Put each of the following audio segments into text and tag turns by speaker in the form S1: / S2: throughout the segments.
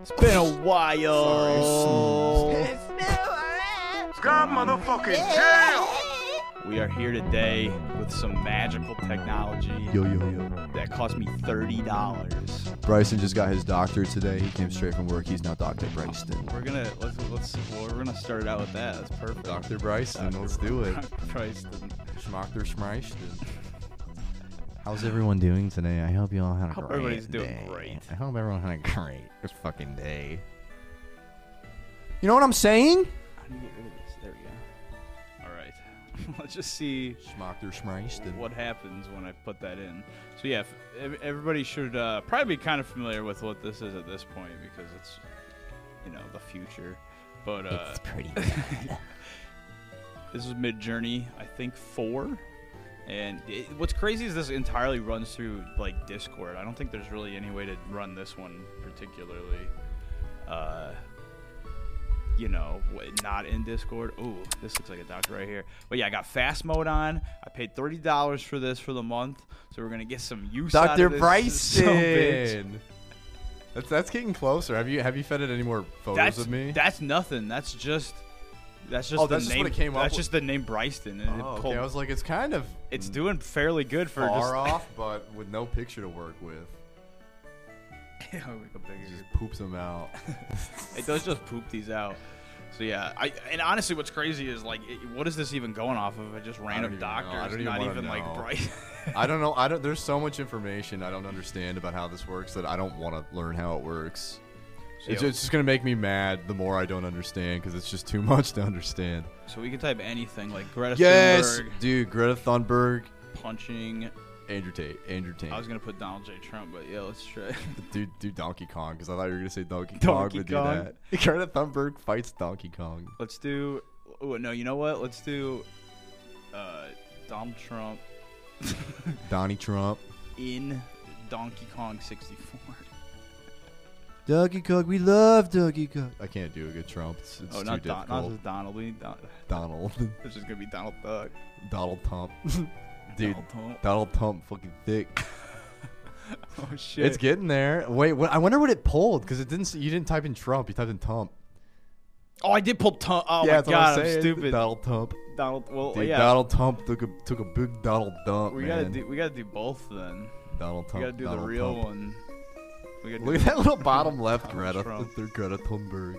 S1: It's been a while.
S2: God motherfucking damn!
S1: We are here today with some magical technology
S3: Yo, yo, yo.
S1: that cost me thirty dollars.
S3: Bryson just got his doctorate today. He came straight from work. He's now Dr. Bryson.
S1: We're gonna let's let's well, we're gonna start it out with that. That's perfect.
S3: Dr. Bryson, let's do it.
S1: Bryson.
S3: Schmachter Schmeischten. How's everyone doing today? I hope you all had a
S1: Hope
S3: great
S1: everybody's doing
S3: day.
S1: great.
S3: I hope everyone had a great fucking day. You know what I'm saying?
S1: How do you get rid of this? There we go. All right. let's just see
S3: Schmachter Schmeischten.
S1: what happens when I put that in. So yeah, if, ev- everybody should uh, probably be kind of familiar with what this is at this point because it's you know the future. But uh,
S3: pretty.
S1: This is Mid Journey, I think four. And it, what's crazy is this entirely runs through like Discord. I don't think there's really any way to run this one particularly. Uh, you know, w- not in Discord. Ooh, this looks like a doctor right here. But yeah, I got fast mode on. I paid thirty dollars for this for the month, so we're gonna get some use. out
S3: Dr.
S1: of this son of a bitch.
S3: Bryson. That's that's getting closer. Have you have you fed it any more photos
S1: That's
S3: of me?
S1: that's nothing. That's just that's just
S3: Oh,
S1: the
S3: that's just
S1: name.
S3: what it came up
S1: that's
S3: with?
S1: just the name Bryston. And it
S3: oh,
S1: pulled-
S3: okay. I was like, it's kind of
S1: it's doing fairly good for
S3: far
S1: just
S3: off, but with no picture to work with. Just poops them out.
S1: It does just poop these out. So yeah, I and honestly, what's crazy is like, it, what is this even going off of? Just random
S3: even know. I
S1: doctors,
S3: don't even
S1: not
S3: wanna
S1: even like
S3: know.
S1: Bryce.
S3: I don't know. I don't. There's so much information I don't understand about how this works that I don't want to learn how it works.
S1: so,
S3: It's, it's just gonna make me mad the more I don't understand because it's just too much to understand.
S1: so we can type anything like Greta
S3: Yes,
S1: Thunberg
S3: dude. Greta Thunberg,
S1: punching.
S3: Andrew Tate, Andrew Tate.
S1: I was gonna put Donald J. Trump, but yeah, let's try.
S3: Dude, do Donkey Kong because I thought you were gonna say Donkey,
S1: Donkey
S3: Kong, but
S1: Kong.
S3: do that. Greta Thunberg fights Donkey Kong.
S1: let's do. Oh no, you know what? Let's do. Uh, Donald Trump
S3: Donnie Trump.
S1: in Donkey Kong 64.
S3: Donkey Kong, we love Donkey Kong. I can't do a good Trump. It's, it's
S1: oh,
S3: too
S1: not, Don,
S3: difficult.
S1: not just Donald. We need Don-
S3: Donald,
S1: this is gonna be Donald Duck.
S3: Donald Trump, dude.
S1: Donald Trump.
S3: Donald Trump, fucking thick.
S1: Oh shit.
S3: It's getting there. Wait, what, I wonder what it pulled because it didn't. s- You didn't type in Trump. You typed in Trump.
S1: Oh, I did pull. Tom- oh
S3: yeah,
S1: my
S3: that's what
S1: god,
S3: I'm,
S1: I'm,
S3: saying.
S1: stupid.
S3: Donald Trump.
S1: Donald. Well,
S3: Dude,
S1: yeah.
S3: Donald Trump took a took a big Donald dump.
S1: we gotta
S3: man.
S1: do. We gotta do both then.
S3: Donald Trump.
S1: we gotta do
S3: Donald
S1: the real
S3: Trump.
S1: one. We gotta
S3: Look
S1: do
S3: at that little bottom left,
S1: Donald
S3: Greta.
S1: Trump.
S3: They're Greta Thunberg.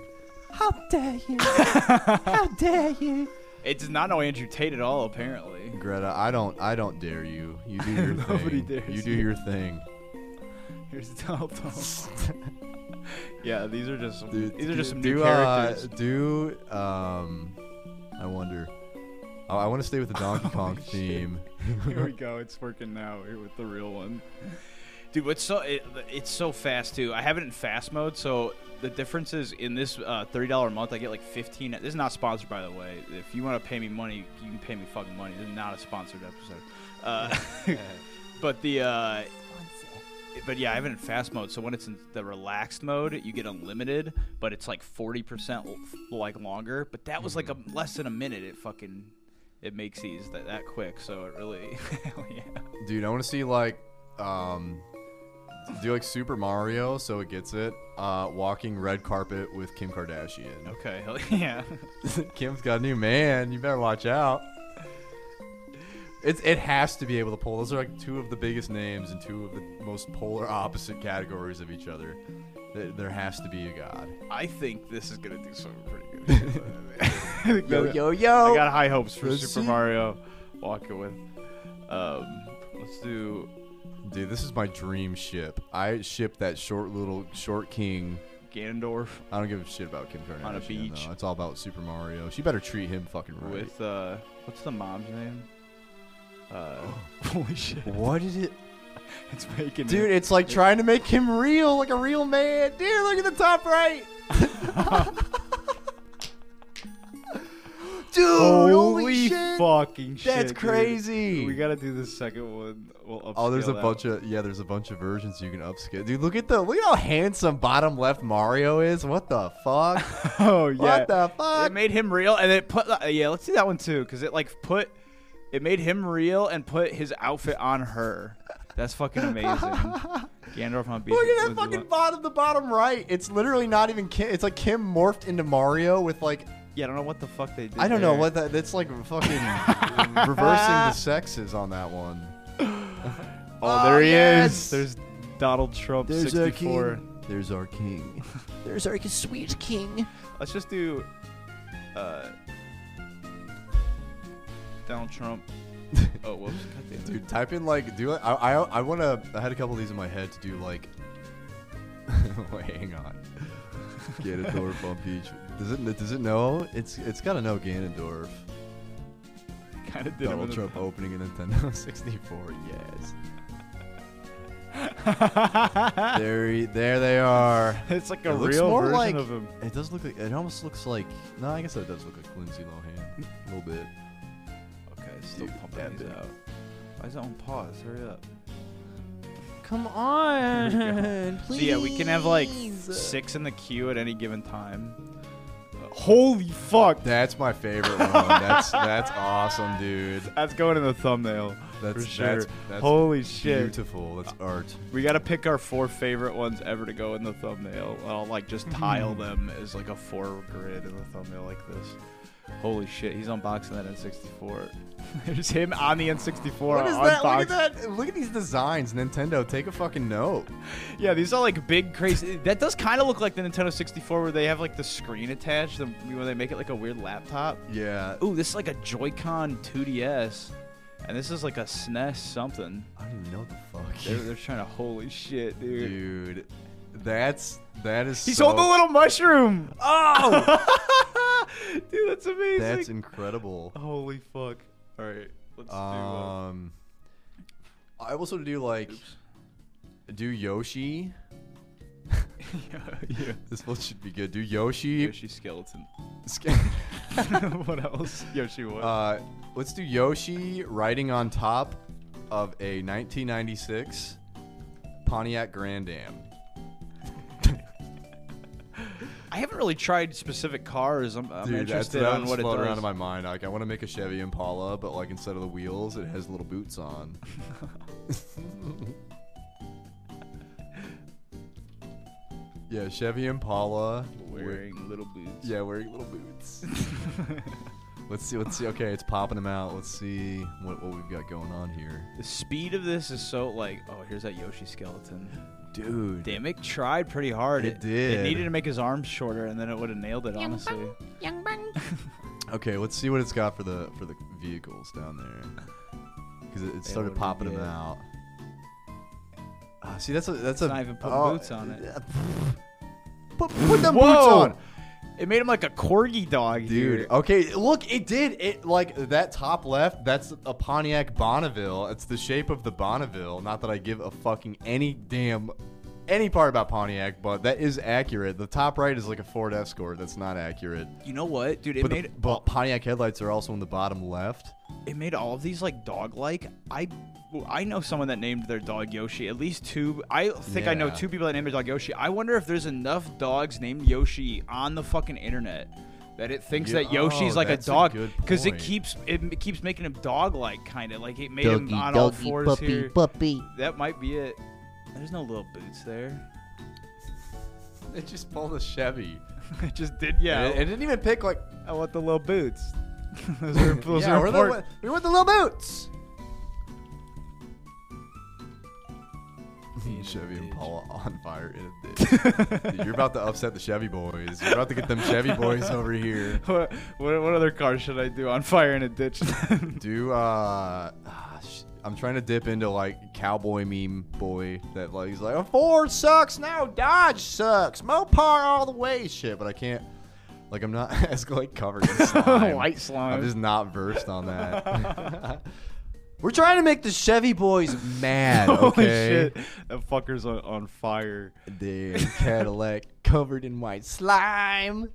S4: How dare you? How dare you?
S1: It does not know Andrew Tate at all, apparently.
S3: Greta, I don't, I don't dare you. You do your thing.
S1: Nobody dares
S3: You do
S1: you.
S3: your thing.
S1: Here's Donald Trump. yeah, these are just some,
S3: Dude,
S1: these are just some
S3: do,
S1: new
S3: uh,
S1: characters.
S3: do um, I wonder. Oh, I want to stay with the Donkey Kong
S1: shit.
S3: theme.
S1: Here we go. It's working now here with the real one. Dude, what's so it, it's so fast too. I have it in fast mode, so the difference is in this uh, thirty dollar month, I get like fifteen. This is not sponsored, by the way. If you want to pay me money, you can pay me fucking money. This is not a sponsored episode. Uh, but the uh, but yeah, I have it in fast mode. So when it's in the relaxed mode, you get unlimited, but it's like forty percent like longer. But that was like a less than a minute. It fucking it makes these that, that quick. So it really, hell yeah.
S3: Dude, I want to see like, um, do like Super Mario, so it gets it. Uh, walking red carpet with Kim Kardashian.
S1: Okay, hell yeah.
S3: Kim's got a new man. You better watch out. It's it has to be able to pull. Those are like two of the biggest names and two of the most polar opposite categories of each other. Th- There has to be a god.
S1: I think this is gonna do something pretty good. I think that- I
S3: yo!
S1: got high hopes for
S3: Let's
S1: Super
S3: see.
S1: Mario. Walking with. Um, let's do.
S3: Dude, this is my dream ship. I ship that short little short king.
S1: Ganondorf
S3: I don't give a shit about Kim Kardashian.
S1: On a beach.
S3: though. It's all about Super Mario. She better treat him fucking right.
S1: with uh, what's the mom's name? Uh, holy shit!
S3: What is it?
S1: It's making me-
S3: Dude, it's like trying to make him real, like a real man. Dude, look at the top right. Dude, holy, shit.
S1: fucking shit!
S3: That's
S1: dude.
S3: crazy.
S1: We gotta do the second one. We'll
S3: Oh, there's a
S1: upscale that.
S3: bunch of yeah, there's a bunch of versions you can upscale. Dude, look at the look at how handsome bottom left Mario is. What the fuck?
S1: Oh yeah.
S3: What the fuck?
S1: It made him real, and it put uh, yeah. Let's see that one too, because it like put it made him real and put his outfit on her. That's fucking amazing. Gandalf on beach.
S3: Look at that
S1: with-
S3: fucking bottom, the bottom right. It's literally not even Kim. It's like Kim morphed into Mario with like
S1: Yeah, I don't know what the fuck they did.
S3: I don't know
S1: there.
S3: what that. That's like fucking reversing the sexes on that one.
S1: Oh, there he
S3: yes.
S1: is. There's Donald Trump, 64.
S3: There's our king.
S4: There's our sweet king.
S1: Let's just do uh, Donald Trump. oh, whoops. God damn it.
S3: Dude, type in like do I I I want to. I had a couple of these in my head to do like. Wait, hang on. Ganondorf on beach. Does it does it know? It's it's gotta know Ganondorf.
S1: kind of did him in
S3: Donald
S1: the-
S3: Trump opening a Nintendo 64. Yes. there he, there they are.
S1: It's like a
S3: Oh. it looks
S1: real
S3: more
S1: version
S3: like
S1: of him.
S3: it does look like it almost looks like no, I guess it does look like Lindsay Lohan a little bit.
S1: Okay, still
S3: Dude,
S1: pumping
S3: that
S1: these
S3: big.
S1: out. Why is that on pause? Hurry up.
S4: Come on,
S1: So
S4: please.
S1: yeah, we can have like six in the queue at any given time. Uh, holy fuck!
S3: That's my favorite one. That's that's awesome, dude.
S1: That's going in the thumbnail.
S3: That's
S1: for sure.
S3: that's, that's
S1: holy shit.
S3: beautiful. That's art.
S1: We gotta pick our four favorite ones ever to go in the thumbnail. I'll like just tile them as like a four grid in the thumbnail like this. Holy shit, he's unboxing that N64. There's him on the N64.
S3: What is
S1: unboxed.
S3: that? Look at that! Look at these designs, Nintendo. Take a fucking note.
S1: Yeah, these are like big crazy. That does kind of look like the Nintendo 64 where they have like the screen attached the- where they make it like a weird laptop.
S3: Yeah.
S1: Ooh, this is like a Joy-Con 2DS, and this is like a SNES something.
S3: I don't even know what the fuck.
S1: They're, they're trying to holy shit, dude.
S3: Dude, that's that is.
S1: He's
S3: so,
S1: holding a little mushroom.
S3: Oh,
S1: Dude, that's amazing.
S3: that's incredible.
S1: Holy fuck. All right, let's uh,
S3: Um, I also do like do Yoshi.
S1: do. Uh, yeah,
S3: This one should be good. Do Yoshi.
S1: Yoshi skeleton. what else? Yoshi what?
S3: uh, let's do Yoshi riding on top of a 1996 Pontiac Grand Am.
S1: I haven't really tried specific cars. I'm, I'm
S3: Dude, that's
S1: interested
S3: that
S1: on what it does.
S3: floating around in my mind. Like, I want to make a Chevy Impala, but like instead of the wheels, it has little boots on. yeah, Chevy Impala with-
S1: Wearing little boots.
S3: Yeah, wearing little boots. let's see. Let's see. Okay, it's popping them out. Let's see what, what we've got going on here,
S1: The speed of this is so like, oh, here's that Yoshi skeleton.
S3: dude.
S1: Damick tried pretty hard.
S3: It did.
S1: It needed to make his arms shorter, and then it would have nailed it. Honestly,
S3: Okay, let's see what it's got for the for the vehicles down there, because it, it started
S1: would be
S3: popping them
S1: good.
S3: out. Ah, see, that's a that's a.
S1: not even putting
S3: oh,
S1: boots on it.
S3: uh, Put, put them
S1: Whoa!
S3: boots on,
S1: it made him like a corgi dog,
S3: dude. uh,
S1: here.
S3: Okay, look, it did it like that top left. That's a Pontiac Bonneville. It's the shape of the Bonneville. Not that I give a fucking any damn any part about Pontiac, but that is accurate. The top right is like a Ford Escort. That's not accurate.
S1: You know what, dude? It
S3: But
S1: made
S3: the but Pontiac headlights are also in the bottom left.
S1: it made all of these like dog like. I I know someone that named their dog Yoshi. At least two. I think I know
S3: Yeah.
S1: two people that named their dog Yoshi. I wonder if there's enough dogs named Yoshi on the fucking internet that it thinks
S3: Yo-
S1: that Yoshi's
S3: oh,
S1: like a
S3: that's a
S1: dog
S3: good
S1: it
S3: point.
S1: keeps it, m- keeps making him dog like kind of like it made
S4: Doggy,
S1: him on all
S4: doggy,
S1: fours
S4: puppy,
S1: here.
S4: puppy.
S1: That might be it. There's no little boots there.
S3: It just pulled a Chevy.
S1: it just did. Yeah,
S3: It, it didn't even pick like.
S1: I want the little boots. those are, those
S3: yeah,
S1: are
S3: we're the,
S1: important.
S3: we want the little boots. Chevy Impala on fire in a ditch. Dude, you're about to upset the Chevy boys. You're about to get them Chevy boys over here.
S1: What, what, what other car should I do on fire in a ditch?
S3: Do uh, ah, sh- I'm trying to dip into like cowboy meme boy that like he's like a Ford sucks now, Dodge sucks, Mopar all the way shit, but I can't. Like I'm not as like covered in slime.
S1: White slime.
S3: I'm just not versed on that. We're trying to make the Chevy boys mad.
S1: Holy
S3: okay?
S1: shit. That fucker's on, on fire.
S3: The Cadillac covered in white slime.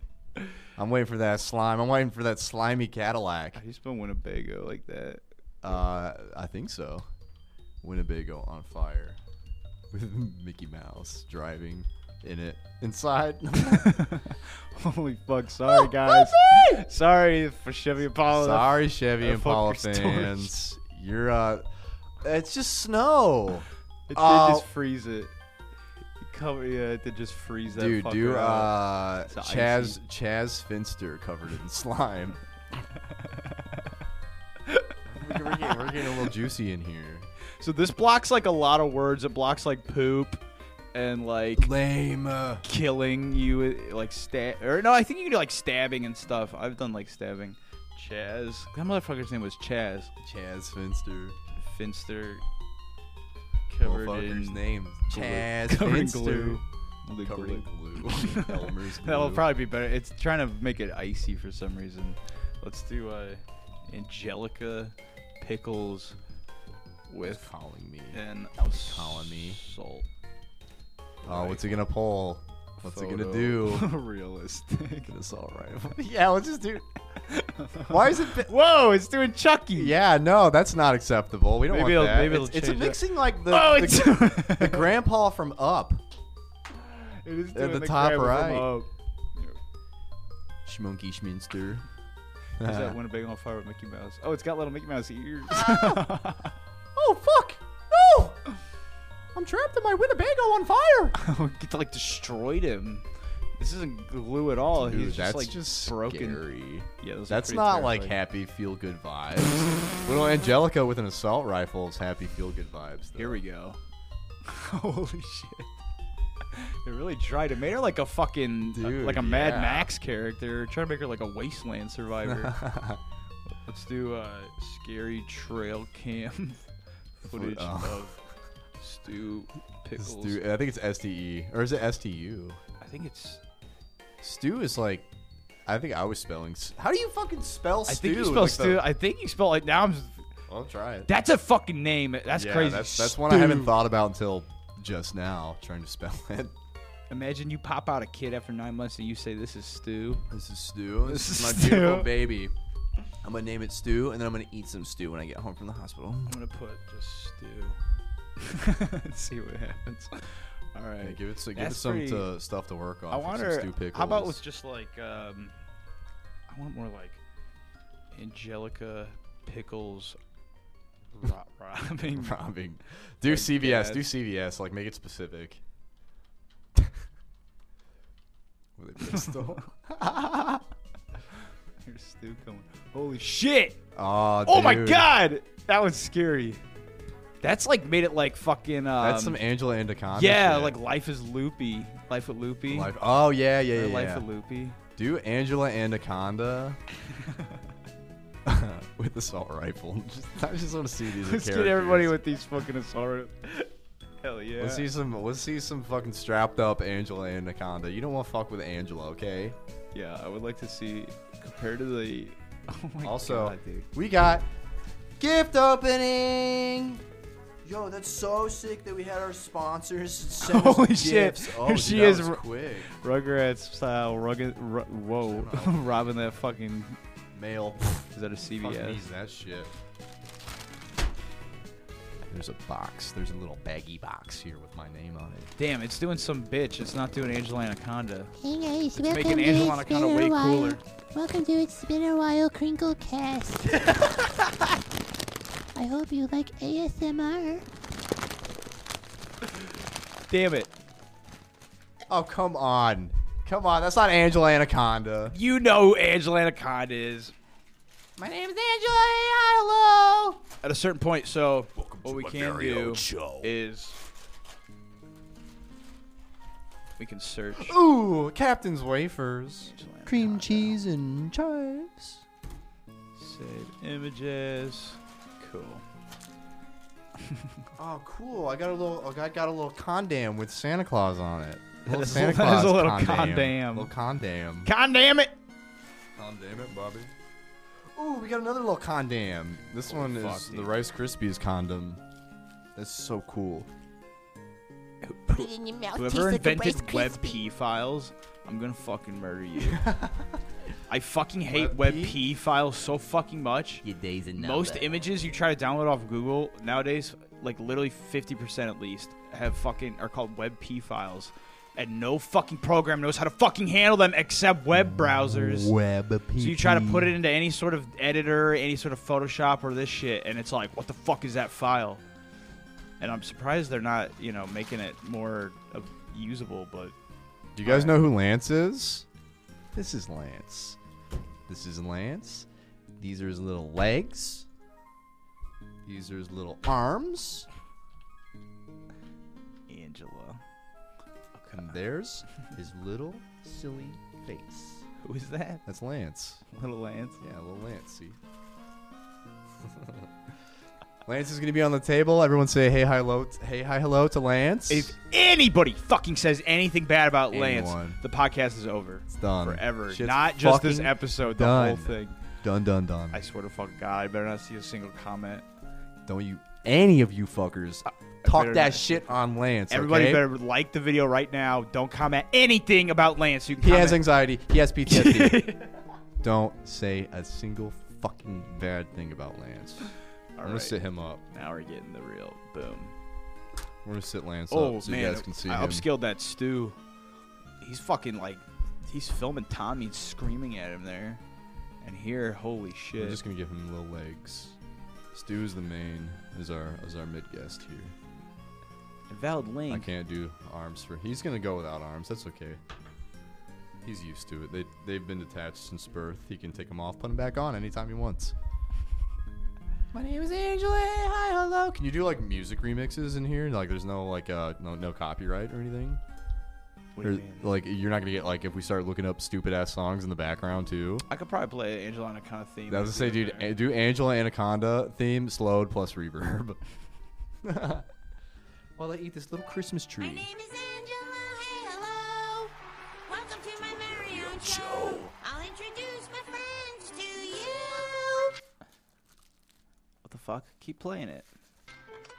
S3: I'm waiting for that slime. I'm waiting for that slimy Cadillac.
S1: He's been Winnebago like that.
S3: Uh, I think so. Winnebago on fire with Mickey Mouse driving in it inside.
S1: Holy fuck. Sorry, guys. Sorry for Chevy Apollo.
S3: Sorry, Chevy
S1: Oh, that
S3: and Paula
S1: fucker's
S3: fans. You're uh, it's just snow.
S1: It did
S3: Oh.
S1: just freeze it. cover yeah to just freeze that
S3: Dude,
S1: fucker
S3: do
S1: up.
S3: uh,
S1: It's
S3: Chaz
S1: icy.
S3: Chaz Finster covered in slime. we're, we're getting, we're getting a little juicy in here.
S1: So this blocks like a lot of words. It blocks like poop and like
S3: Lame.
S1: uh, killing you, uh, like stab. Or no, I think you can do like stabbing and stuff. I've done like stabbing. Chaz, that motherfucker's name was Chaz
S3: Chaz Finster.
S1: Finster. Covered
S3: Motherfucker's
S1: in
S3: name.
S1: glue-
S3: Chaz
S1: covered in
S3: Finster.
S1: glue. Lick
S3: Covered
S1: glue.
S3: in glue. Elmer's glue.
S1: That'll probably be better. It's trying to make it icy for some reason. Let's do uh, Angelica pickles
S3: Who's
S1: with
S3: calling me.
S1: an
S3: calling me.
S1: salt.
S3: Oh, what's it gonna pull? What's it
S1: photo.
S3: gonna do?
S1: Realistic.
S3: It's all right. yeah, let's just do. Why is it? bi-
S1: Whoa, it's doing Chucky.
S3: Yeah, no, that's not acceptable. We don't
S1: Maybe
S3: want
S1: it'll-
S3: that.
S1: maybe it'll
S3: it's, it's
S1: change it.
S3: mixing like the
S1: Oh,
S3: the,
S1: it's
S3: the grandpa from Up.
S1: It is
S3: At the
S1: the
S3: top
S1: grab from
S3: right.
S1: up.
S3: Schmunky Schminster.
S1: Is that Winnebago on fire with Mickey Mouse? Oh, it's got little Mickey Mouse ears.
S3: oh fuck! No, I'm trapped in my Winnebago on fire.
S1: Get like destroyed him. This isn't glue at all. He's just like broken.
S3: Scary.
S1: Yeah, those are
S3: That's
S1: pretty
S3: not like
S1: terrifying.
S3: happy feel good vibes. Little Angelica with an assault rifle is happy feel good vibes. Though.
S1: Here we go. Holy shit. They really tried to made her like a fucking uh,
S3: Dude,
S1: like a Mad
S3: yeah.
S1: Max character. Trying to make her like a wasteland survivor. Let's do uh, scary trail cam footage
S3: oh.
S1: of Stu
S3: This
S1: Pickles.
S3: dude- I think it's STE or is it STU?
S1: I think it's.
S3: Stew is like, I think I was spelling. s- How do you fucking spell
S1: I
S3: stew?
S1: think you
S3: with,
S1: spell
S3: like,
S1: Stu.
S3: the-
S1: I think you spell like now. I'm.
S3: I'll try it.
S1: That's a fucking name. That's
S3: Yeah,
S1: crazy.
S3: That's, that's one I haven't
S1: Stu.
S3: thought about until just now, trying to spell it.
S1: Imagine you pop out a kid after nine months and you say this is Stu.
S3: This is stew. This,
S1: is
S3: is my
S1: stew.
S3: beautiful baby. I'm gonna name it stew, and then I'm gonna eat some stew when I get home from the hospital.
S1: I'm gonna put just Stu. Let's see what happens. All
S3: Yeah,
S1: right.
S3: give it, so give it
S1: That's
S3: some
S1: pretty-
S3: to, stuff to work on.
S1: I
S3: for some
S1: wonder.
S3: stew pickles.
S1: How about with just like um, I want more like Angelica pickles. Rot robbing.
S3: robbing? Do
S1: Like,
S3: CVS.
S1: yeah,
S3: Do
S1: it's-
S3: CVS. Like make it specific. Were they Bristol?
S1: Here's Stu coming. Holy shit!
S3: Aw,
S1: Oh my
S3: dude.
S1: god! That was scary. That's like made it like fucking. Um,
S3: That's some Angela Anaconda.
S1: yeah,
S3: shit.
S1: like life is loopy. Life with loopy.
S3: Life. Oh yeah, yeah,
S1: or
S3: yeah.
S1: life
S3: yeah.
S1: with loopy.
S3: Do Angela Anaconda with assault rifle. Just, I just want to see these.
S1: Let's get
S3: characters.
S1: everybody with these fucking assault. Hell yeah.
S3: Let's see some. Let's see some fucking strapped up Angela Anaconda. You don't want to fuck with Angela, okay?
S1: Yeah, I would like to see compared to the. Oh my
S3: Also,
S1: God, dude.
S3: we got gift opening.
S4: Yo, that's so sick that we had our sponsors send us
S1: Holy shit!
S4: gifts.
S3: Oh,
S1: Here
S3: dude,
S1: she
S3: that
S1: is,
S3: was
S1: r-
S3: quick.
S1: Rugrats style, rugged. Ru- whoa, robbing that fucking.
S3: Mail.
S1: Is that a
S3: Fuck
S1: CVS?
S3: needs that shit. There's a box. There's a little baggy box here with my name on it.
S1: Damn, it's doing some bitch. It's not doing Angela Anaconda.
S5: Hey guys,
S1: It's
S5: welcome
S1: making
S5: to
S1: Angela
S5: It's
S1: Anaconda
S5: Been a
S1: way
S5: While.
S1: cooler.
S5: Welcome to It's Been a While Crinkle Cast. I hope you like ASMR.
S1: Damn it!
S3: Oh come on, come on. That's not Angela Anaconda.
S1: You know who Angela Anaconda is.
S4: My name's Angela. Hello.
S1: At a certain point, so what we can do is we can search.
S3: Ooh, Captain's Wafers.
S1: Angela
S4: Cream
S1: Anaconda.
S4: cheese and
S3: Mm-hmm.
S4: chives.
S1: Save images. Cool.
S3: Oh, cool. I got a little. I got a little condom with Santa Claus on it. Little
S1: is a- that
S3: Santa
S1: is
S3: Claus
S1: a little condom.
S3: condom. Little condom.
S1: God damn it!
S3: Condom it, Bobby. Oh, Ooh, we got another little condom. This one
S1: fuck,
S3: is the
S1: dude.
S3: Rice Krispies condom. That's so cool.
S5: Put it in your mouth.
S1: Whoever invented WebP files, I'm gonna fucking murder you. I fucking hate
S3: WebP?
S1: WebP files so fucking much.
S4: Your days and
S1: Most images you try to download off Google nowadays, like literally 50% at least, have fucking are called WebP files, and no fucking program knows how to fucking handle them except web browsers.
S3: Web.
S1: So you try to put it into any sort of editor, any sort of Photoshop or this shit, and it's like, what the fuck is that file? And I'm surprised they're not, you know, making it more uh, usable, but
S3: Do you guys know who Lance is? This is Lance. This is Lance. These are his little legs. These are his little arms.
S1: Angela.
S3: And there's his little silly face.
S1: Who is that?
S3: That's Lance.
S1: Little Lance.
S3: Yeah, little Lance, see? Lance is going to be on the table. Everyone say hey, hi, hello. t- hey, hi, hello to Lance.
S1: If anybody fucking says anything bad about Lance,
S3: Anyone.
S1: the podcast is over. It's
S3: done.
S1: Forever.
S3: Shit's
S1: Not just this
S3: fucking
S1: episode, the
S3: done.
S1: whole thing.
S3: dun, dun, dun.
S1: I swear to fuck God, I better not see a single comment.
S3: Don't you, any of you fuckers, talk
S1: better
S3: that
S1: not.
S3: shit on Lance.
S1: Everybody
S3: okay?
S1: better like the video right now. Don't comment anything about Lance. You can
S3: He has
S1: comment-
S3: anxiety. He has PTSD. Don't say a single fucking bad thing about Lance.
S1: All
S3: I'm gonna
S1: right.
S3: sit him up.
S1: Now we're getting the real boom.
S3: We're gonna sit Lance
S1: Oh
S3: up so
S1: man,
S3: you guys can see
S1: I
S3: him.
S1: upscaled that stew. He's fucking like, he's filming Tommy screaming at him there, and here, holy
S3: We're
S1: shit.
S3: just gonna give him little legs. Stu is the main, is our is our mid guest here.
S1: Invalid link.
S3: I can't do arms for. He's gonna go without arms. That's okay. He's used to it. They they've been detached since birth. He can take them off, put them back on anytime he wants. My name is Angela. Hey, hi, hello. Can you do like music remixes in here? Like, there's no like uh no no copyright or anything.
S1: What do
S3: Or,
S1: you mean?
S3: like you're not gonna get like if we start looking up stupid ass songs in the background too.
S1: I could probably play an Angelina kind of theme.
S3: I was gonna say, dude,
S1: There.
S3: a- do Angela Anaconda theme slowed plus reverb. While I eat this little Christmas
S6: My
S3: tree.
S6: name is Angela. Hey, hello. Welcome to my Marion show. I'll introduce my friends to you.
S1: What the fuck? Keep playing it.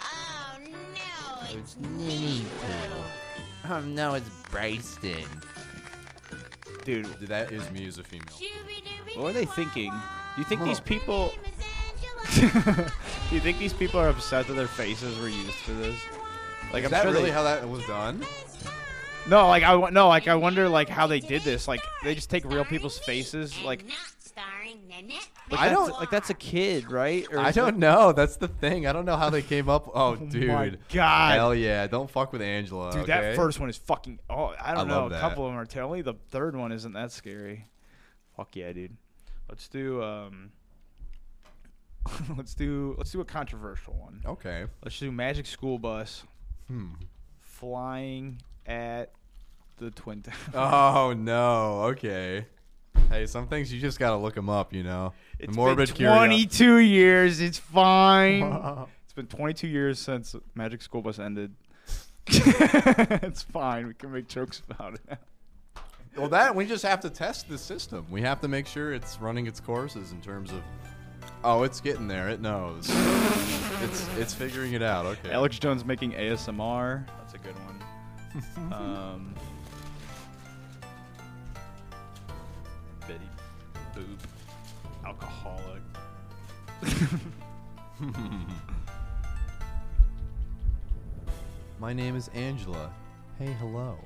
S6: Oh no, it's Nepo.
S4: Oh no, it's Bryson.
S1: Dude,
S3: Dude, that is me as a female.
S1: what are they thinking? Do you think these people.
S6: My name is Angela.
S1: Do you think these people are upset that their faces were used for this? Like,
S3: Is
S1: I'm
S3: that
S1: sure
S3: really
S1: they,
S3: how that was done?
S1: No, like I wo- no, like I wonder like how they did this. Like they just take real people's faces.
S6: And
S1: Like
S6: not starring Nanette.
S1: like,
S3: I
S1: that's-
S3: don't-
S1: like that's a kid, right? Or
S3: I
S1: is that-
S3: don't know. That's the thing. I don't know how they came up. Oh, dude.
S1: my God.
S3: Hell yeah. Don't fuck with Angela.
S1: Dude,
S3: okay?
S1: that first one is fucking. Oh, I don't
S3: I
S1: know.
S3: love
S1: A
S3: that.
S1: couple of them are terrible. Only the third one isn't that scary. Fuck yeah, dude. Let's do um. let's do let's do a controversial one.
S3: Okay.
S1: Let's do Magic School Bus.
S3: Hmm.
S1: Flying at the Twin Towers.
S3: Oh no. Okay. Hey, some things you just gotta look them up. You know. The
S1: It's
S3: morbid
S1: been 22
S3: curiosity.
S1: years. It's fine. it's been 22 years since Magic School Bus ended. it's fine. We can make jokes about it. now.
S3: Well, that we just have to test the system. We have to make sure it's running its courses in terms of. Oh, it's getting there. It knows. it's it's figuring it out. Okay.
S1: Alex Jones making ASMR. That's a good one. um, Betty Boop. Alcoholic.
S3: My name is Angela. Hey, hello.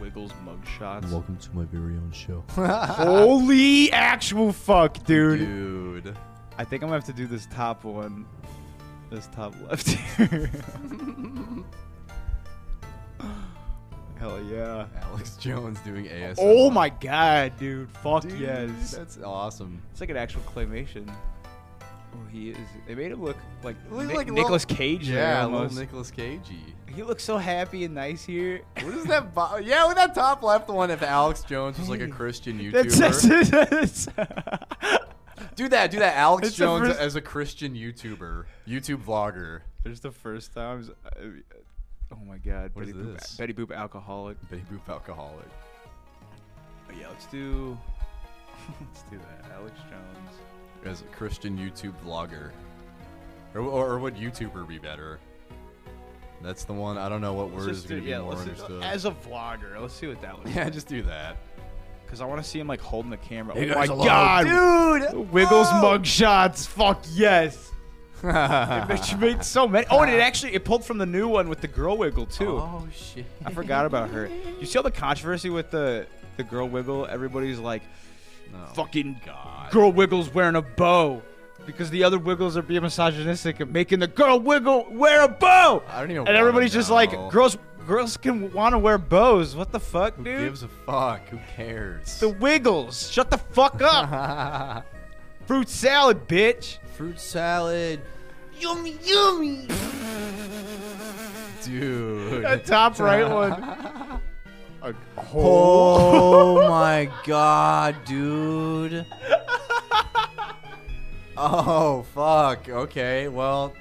S1: Wiggles mugshots.
S3: Welcome to my very own show.
S1: Holy actual fuck, dude.
S3: Dude.
S1: I think I'm gonna have to do this top one. This top left here. Hell yeah.
S3: Alex Jones doing ASMR.
S1: Oh my god, dude. Fuck
S3: Dude,
S1: yes.
S3: That's awesome.
S1: It's like an actual claymation. Oh, he is. They made him look like,
S3: Look
S1: Ni-
S3: like little-
S1: Nicolas Cage. there
S3: Yeah, little
S1: almost.
S3: Nicolas Cagey.
S1: he looks so happy and nice here.
S3: What is that? Bo- yeah, with that top left one, if Alex Jones was like a Christian YouTuber.
S1: That's, that's, that's,
S3: Do that, do that. Alex
S1: It's the
S3: Jones
S1: first-
S3: as a Christian YouTuber, YouTube vlogger.
S1: There's the first times. I- Oh my god.
S3: What
S1: Betty
S3: is
S1: Boop,
S3: this?
S1: Betty Boop alcoholic.
S3: Betty Boop alcoholic.
S1: But yeah, let's do. let's do that. Alex Jones.
S3: As a Christian YouTube vlogger. Or, or, or would YouTuber be better? That's the one. I don't know what word
S1: Let's
S3: is
S1: just do-
S3: going to be
S1: yeah,
S3: more
S1: let's do-
S3: understood.
S1: as a vlogger, let's see what that was.
S3: yeah, just do that.
S1: Because I want to see him like holding the camera.
S3: Hey
S1: oh my
S3: guys, hello.
S1: god, dude! Wiggles
S3: Oh!
S1: mug shots. Fuck yes. She made so many. Oh, and it actually it pulled from the new one with the girl wiggle too.
S3: oh, shit.
S1: I forgot about her. You see all the controversy with the the girl wiggle. Everybody's like,
S3: No.
S1: fucking girl wiggles wearing a bow because the other wiggles are being misogynistic and making the girl wiggle wear a bow.
S3: I don't even
S1: And everybody's
S3: wanna
S1: just like,
S3: know.
S1: girls Girls can want to wear bows. What the fuck,
S3: Who
S1: dude?
S3: gives a fuck? Who cares?
S1: the Wiggles. Shut the fuck up. Fruit salad, bitch.
S3: Fruit salad.
S5: Yummy, yummy.
S3: Dude.
S1: That top right one.
S3: A
S4: Oh my god, dude.
S3: Oh fuck. Okay. Well.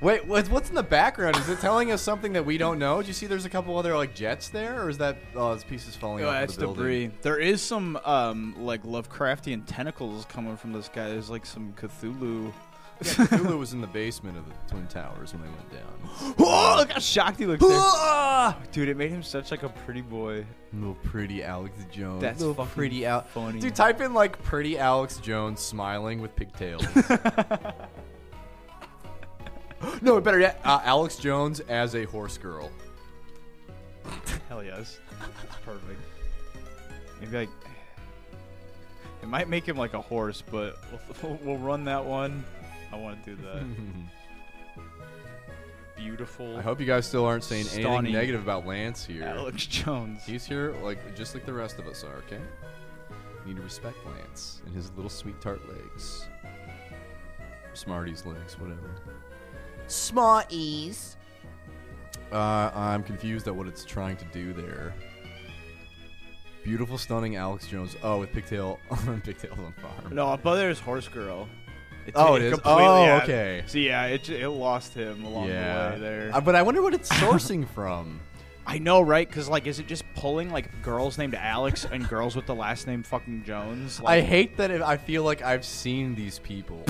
S3: Wait. What's what's in the background? Is it telling us something that we don't know? Do you see? There's a couple other like jets there, or is that oh, it's pieces falling
S1: Oh,
S3: off of
S1: that's
S3: the building?
S1: debris. There is some um like Lovecraftian tentacles coming from this guy. There's like some Cthulhu.
S3: Yeah, Cthulhu was in the basement of the Twin Towers when they went down.
S1: Oh, look how shocked he looks there. Dude, it made him such like a pretty boy.
S3: Little pretty Alex Jones.
S1: That's
S3: Little
S1: fucking
S3: pretty Al-
S1: funny.
S3: Dude, type in like pretty Alex Jones smiling with pigtails. no, better yet, uh, Alex Jones as a horse girl.
S1: Hell yes. That's perfect. Maybe like it might make him like a horse, but we'll, we'll run that one. I want to do that. Beautiful.
S3: I hope you guys still aren't saying
S1: Stawny.
S3: anything negative about Lance here.
S1: Alex Jones.
S3: He's here like just like the rest of us are, okay? Need to respect Lance and his little sweet tart legs. Smarties legs, whatever.
S4: Smarties.
S3: Uh, I'm confused at what it's trying to do there. Beautiful, stunning Alex Jones. Oh, with pigtail, pigtails on farm.
S1: No, but there's Horse Girl. It's,
S3: Oh, it is?
S1: completely-
S3: Oh,
S1: yeah.
S3: okay.
S1: So yeah, it, j- it lost him along
S3: yeah.
S1: the way there.
S3: Uh, but I wonder what it's sourcing from.
S1: I know, right? Because like, is it just pulling like girls named Alex and girls with the last name fucking Jones?
S3: I
S1: Like,
S3: hate that. It, I feel like I've seen these people.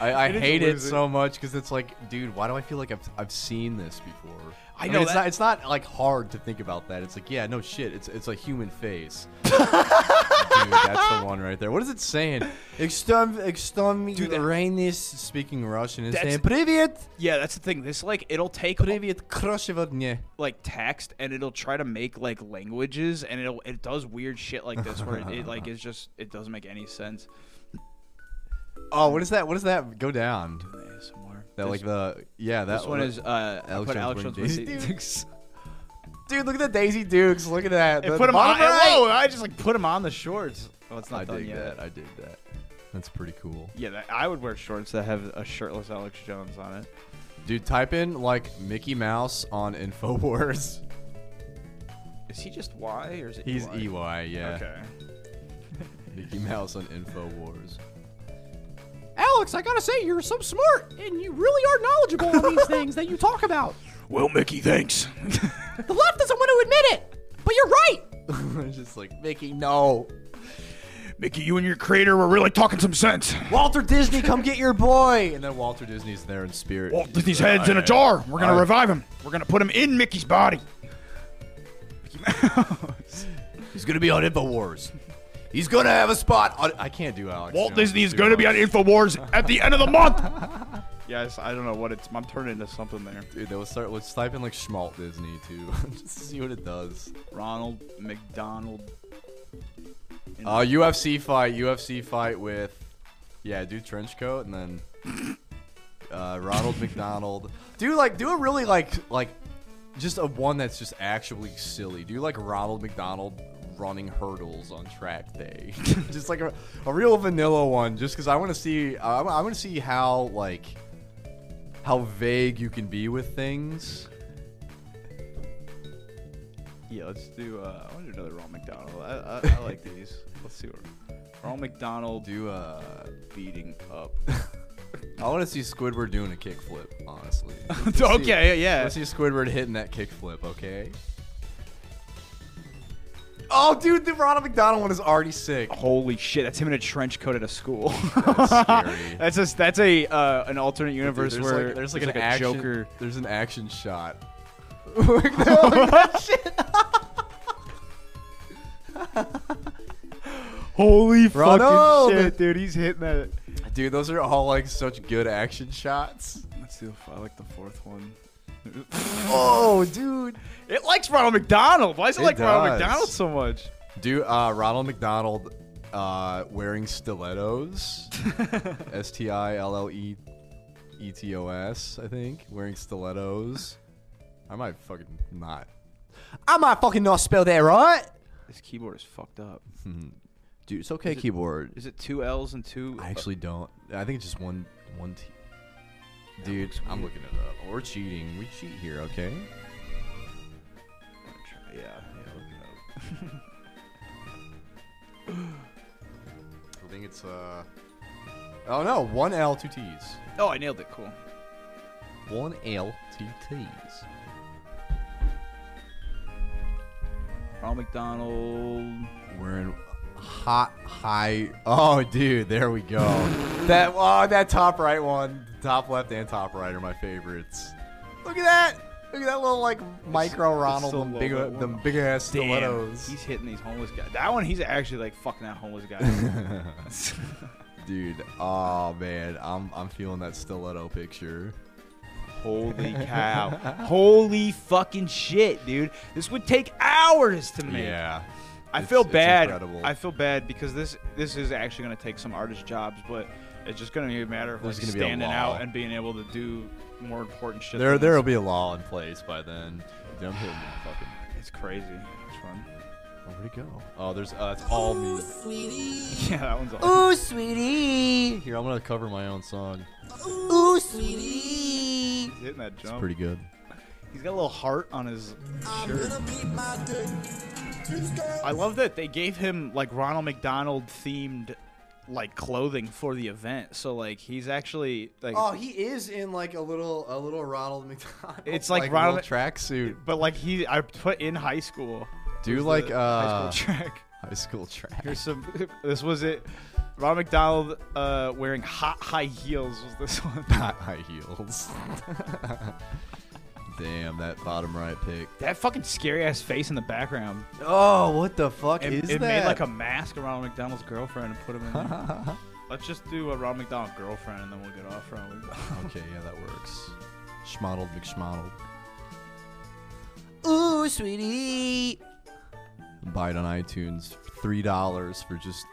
S3: I, I
S1: is
S3: hate it
S1: losing.
S3: so much because it's like, dude, why do I feel like I've, I've seen this before?
S1: I
S3: mean,
S1: know
S3: it's
S1: that-
S3: not. It's not like hard to think about that. It's like, yeah, no shit. It's it's a human face. dude, that's the one right there. What is it saying? Extum extum
S1: Dude, that-
S3: Uranus speaking Russian is
S1: That's-
S3: saying Privyet,
S1: yeah, that's the thing. This like, it'll take
S3: Privyet, krashevodne."
S1: like text and it'll try to make like languages and it'll it does weird shit like this where it, it like is just it doesn't make any sense.
S3: Oh, what is that? What does that go down?
S1: ASMR.
S3: That
S1: this,
S3: like the yeah that
S1: this one is uh I
S3: Alex
S1: put Alex
S3: Jones wearing
S1: Jones with
S3: Daisy
S1: the-
S3: Dukes. Dude, look at the Daisy Dukes. Look at that.
S1: It
S3: The-
S1: put
S3: the
S1: him on.
S3: bottom right.
S1: Whoa! I just like put him on the shorts. Oh, it's not
S3: I
S1: done
S3: dig
S1: yet.
S3: that. I dig that. That's pretty cool.
S1: Yeah, that, I would wear shorts that have a shirtless Alex Jones on it.
S3: Dude, type in like Mickey Mouse on Infowars.
S1: Is he just Y or is it?
S3: He's E
S1: EY?
S3: EY, yeah.
S1: Okay.
S3: Mickey Mouse on Infowars.
S4: Alex, I gotta say, you're so smart, and you really are knowledgeable on these things that you talk about.
S1: Well, Mickey, thanks.
S4: The left doesn't want to admit it, but you're right.
S3: it's just like Mickey, no.
S1: Mickey, you and your creator were really talking some sense.
S3: Walter Disney, come get your boy. And then Walter Disney's there in spirit.
S1: Walt Disney's head's in
S3: uh,
S1: a jar. We're gonna revive him. We're gonna put him in Mickey's body. Mickey Mouse.
S3: He's gonna be on Infowars. He's gonna have a spot. On- I can't do Alex.
S1: Walt
S3: Jones.
S1: Disney is
S3: Too
S1: gonna be
S3: much.
S1: on Infowars at the end of the month. Yes, I don't know what it's. I'm turning into something there.
S3: Dude, let's start. Let's type in like Schmalt Disney too, just to see what it does.
S1: Ronald McDonald.
S3: Uh, UFC fight, UFC fight with, yeah, do trench coat and then, uh, Ronald McDonald. Do like do a really like like, just a one that's just actually silly. Do like Ronald McDonald running hurdles on track day, just like a, a real vanilla one. Just because I want to see, I, I want to see how like, how vague you can be with things.
S1: Yeah, let's do. Uh, I want to do another Ronald McDonald. I, I, I like these. Let's see what. Ronald McDonald
S3: Do uh.
S1: beating up.
S3: I want to see Squidward doing a kickflip, honestly.
S1: okay, yeah.
S3: Let's see Squidward hitting that kickflip, okay? Oh, dude, the Ronald McDonald one is already sick.
S1: Holy shit! That's him in a trench coat at a school.
S3: That's scary.
S1: that's a, that's a uh, an alternate universe
S3: Dude,
S1: where
S3: like, there's like an
S1: a
S3: action,
S1: Joker.
S3: There's an action shot.
S1: Holy
S3: Ronald!
S1: fucking shit, dude! He's hitting that.
S3: Dude, those are all like such good action shots.
S1: Let's do. I like the fourth one.
S3: Oh, dude.
S1: It likes Ronald McDonald. Why does it,
S3: It
S1: like Ronald
S3: does.
S1: McDonald so much?
S3: Dude, uh, Ronald McDonald uh, wearing stilettos. S T I L L E E T O S, I think. Wearing stilettos. I might fucking not.
S4: I might fucking not spell that right.
S1: This keyboard is fucked up.
S3: Dude, it's okay, keyboard.
S1: Is it two L's and two?
S3: I actually don't. I think it's just one one T. Dude, I'm looking it up. We're cheating. We cheat here, okay?
S1: yeah. yeah look it up.
S3: I think it's uh. Oh no, one L, two T's.
S1: Oh, I nailed it. Cool.
S3: One L, two T's.
S1: Ronald McDonald.
S3: We're in hot high. Oh, dude, there we go. that oh, that top right one, top left, and top right are my favorites. Look at that! Look at that little like micro Ronald,
S1: the
S3: them big,
S1: silhouette
S3: them
S1: one.
S3: big ass
S1: Damn,
S3: stilettos.
S1: he's hitting these homeless guys. That one, he's actually like fucking that homeless guy.
S3: Dude, oh man, I'm I'm feeling that stiletto picture.
S1: Holy cow! Holy fucking shit, dude! This would take hours to make.
S3: Yeah,
S1: I
S3: It's-
S1: feel
S3: it's
S1: bad.
S3: incredible.
S1: I feel bad because this this is actually going to take some artist jobs, but it's just going to be a matter of like,
S3: There's gonna be a
S1: standing
S3: law.
S1: out and being able to do more important shit.
S3: there
S1: than
S3: there'll
S1: this.
S3: be a law in place by then. Dude, I'm hitting the fucking.
S1: It's crazy. Which one?
S3: Oh, where'd it go? Oh, there's uh, it's all me.
S5: Sweetie.
S1: Yeah, that one's all.
S5: Ooh, sweetie.
S3: Here, I'm gonna cover my own song.
S5: Ooh, sweetie.
S1: He's hitting that jump.
S3: Pretty good.
S1: He's got a little heart on his
S5: I'm
S1: shirt.
S5: gonna beat my dick.
S1: I love that they gave him like Ronald McDonald themed like clothing for the event. So like he's actually like
S3: Oh, he is in like a little a little Ronald McDonald.
S1: It's like Ronald-
S3: little tracksuit.
S1: but like he I put in high school.
S3: Do
S1: was
S3: like
S1: the
S3: uh
S1: high school track.
S3: high school track.
S1: Here's some this was it. Ronald McDonald uh, wearing hot high heels was this one.
S3: Not high heels. Damn, that bottom right pick.
S1: That fucking scary ass face in the background.
S3: Oh, what the fuck
S1: It,
S3: is
S1: it
S3: that?
S1: made like a mask of Ronald McDonald's girlfriend and put him in there. Let's just do a Ronald McDonald girlfriend and then we'll get off Ronald McDonald.
S3: okay, yeah, that works. Schmodled McSchmodled.
S5: Ooh, sweetie.
S3: Buy it on iTunes. Three dollars for just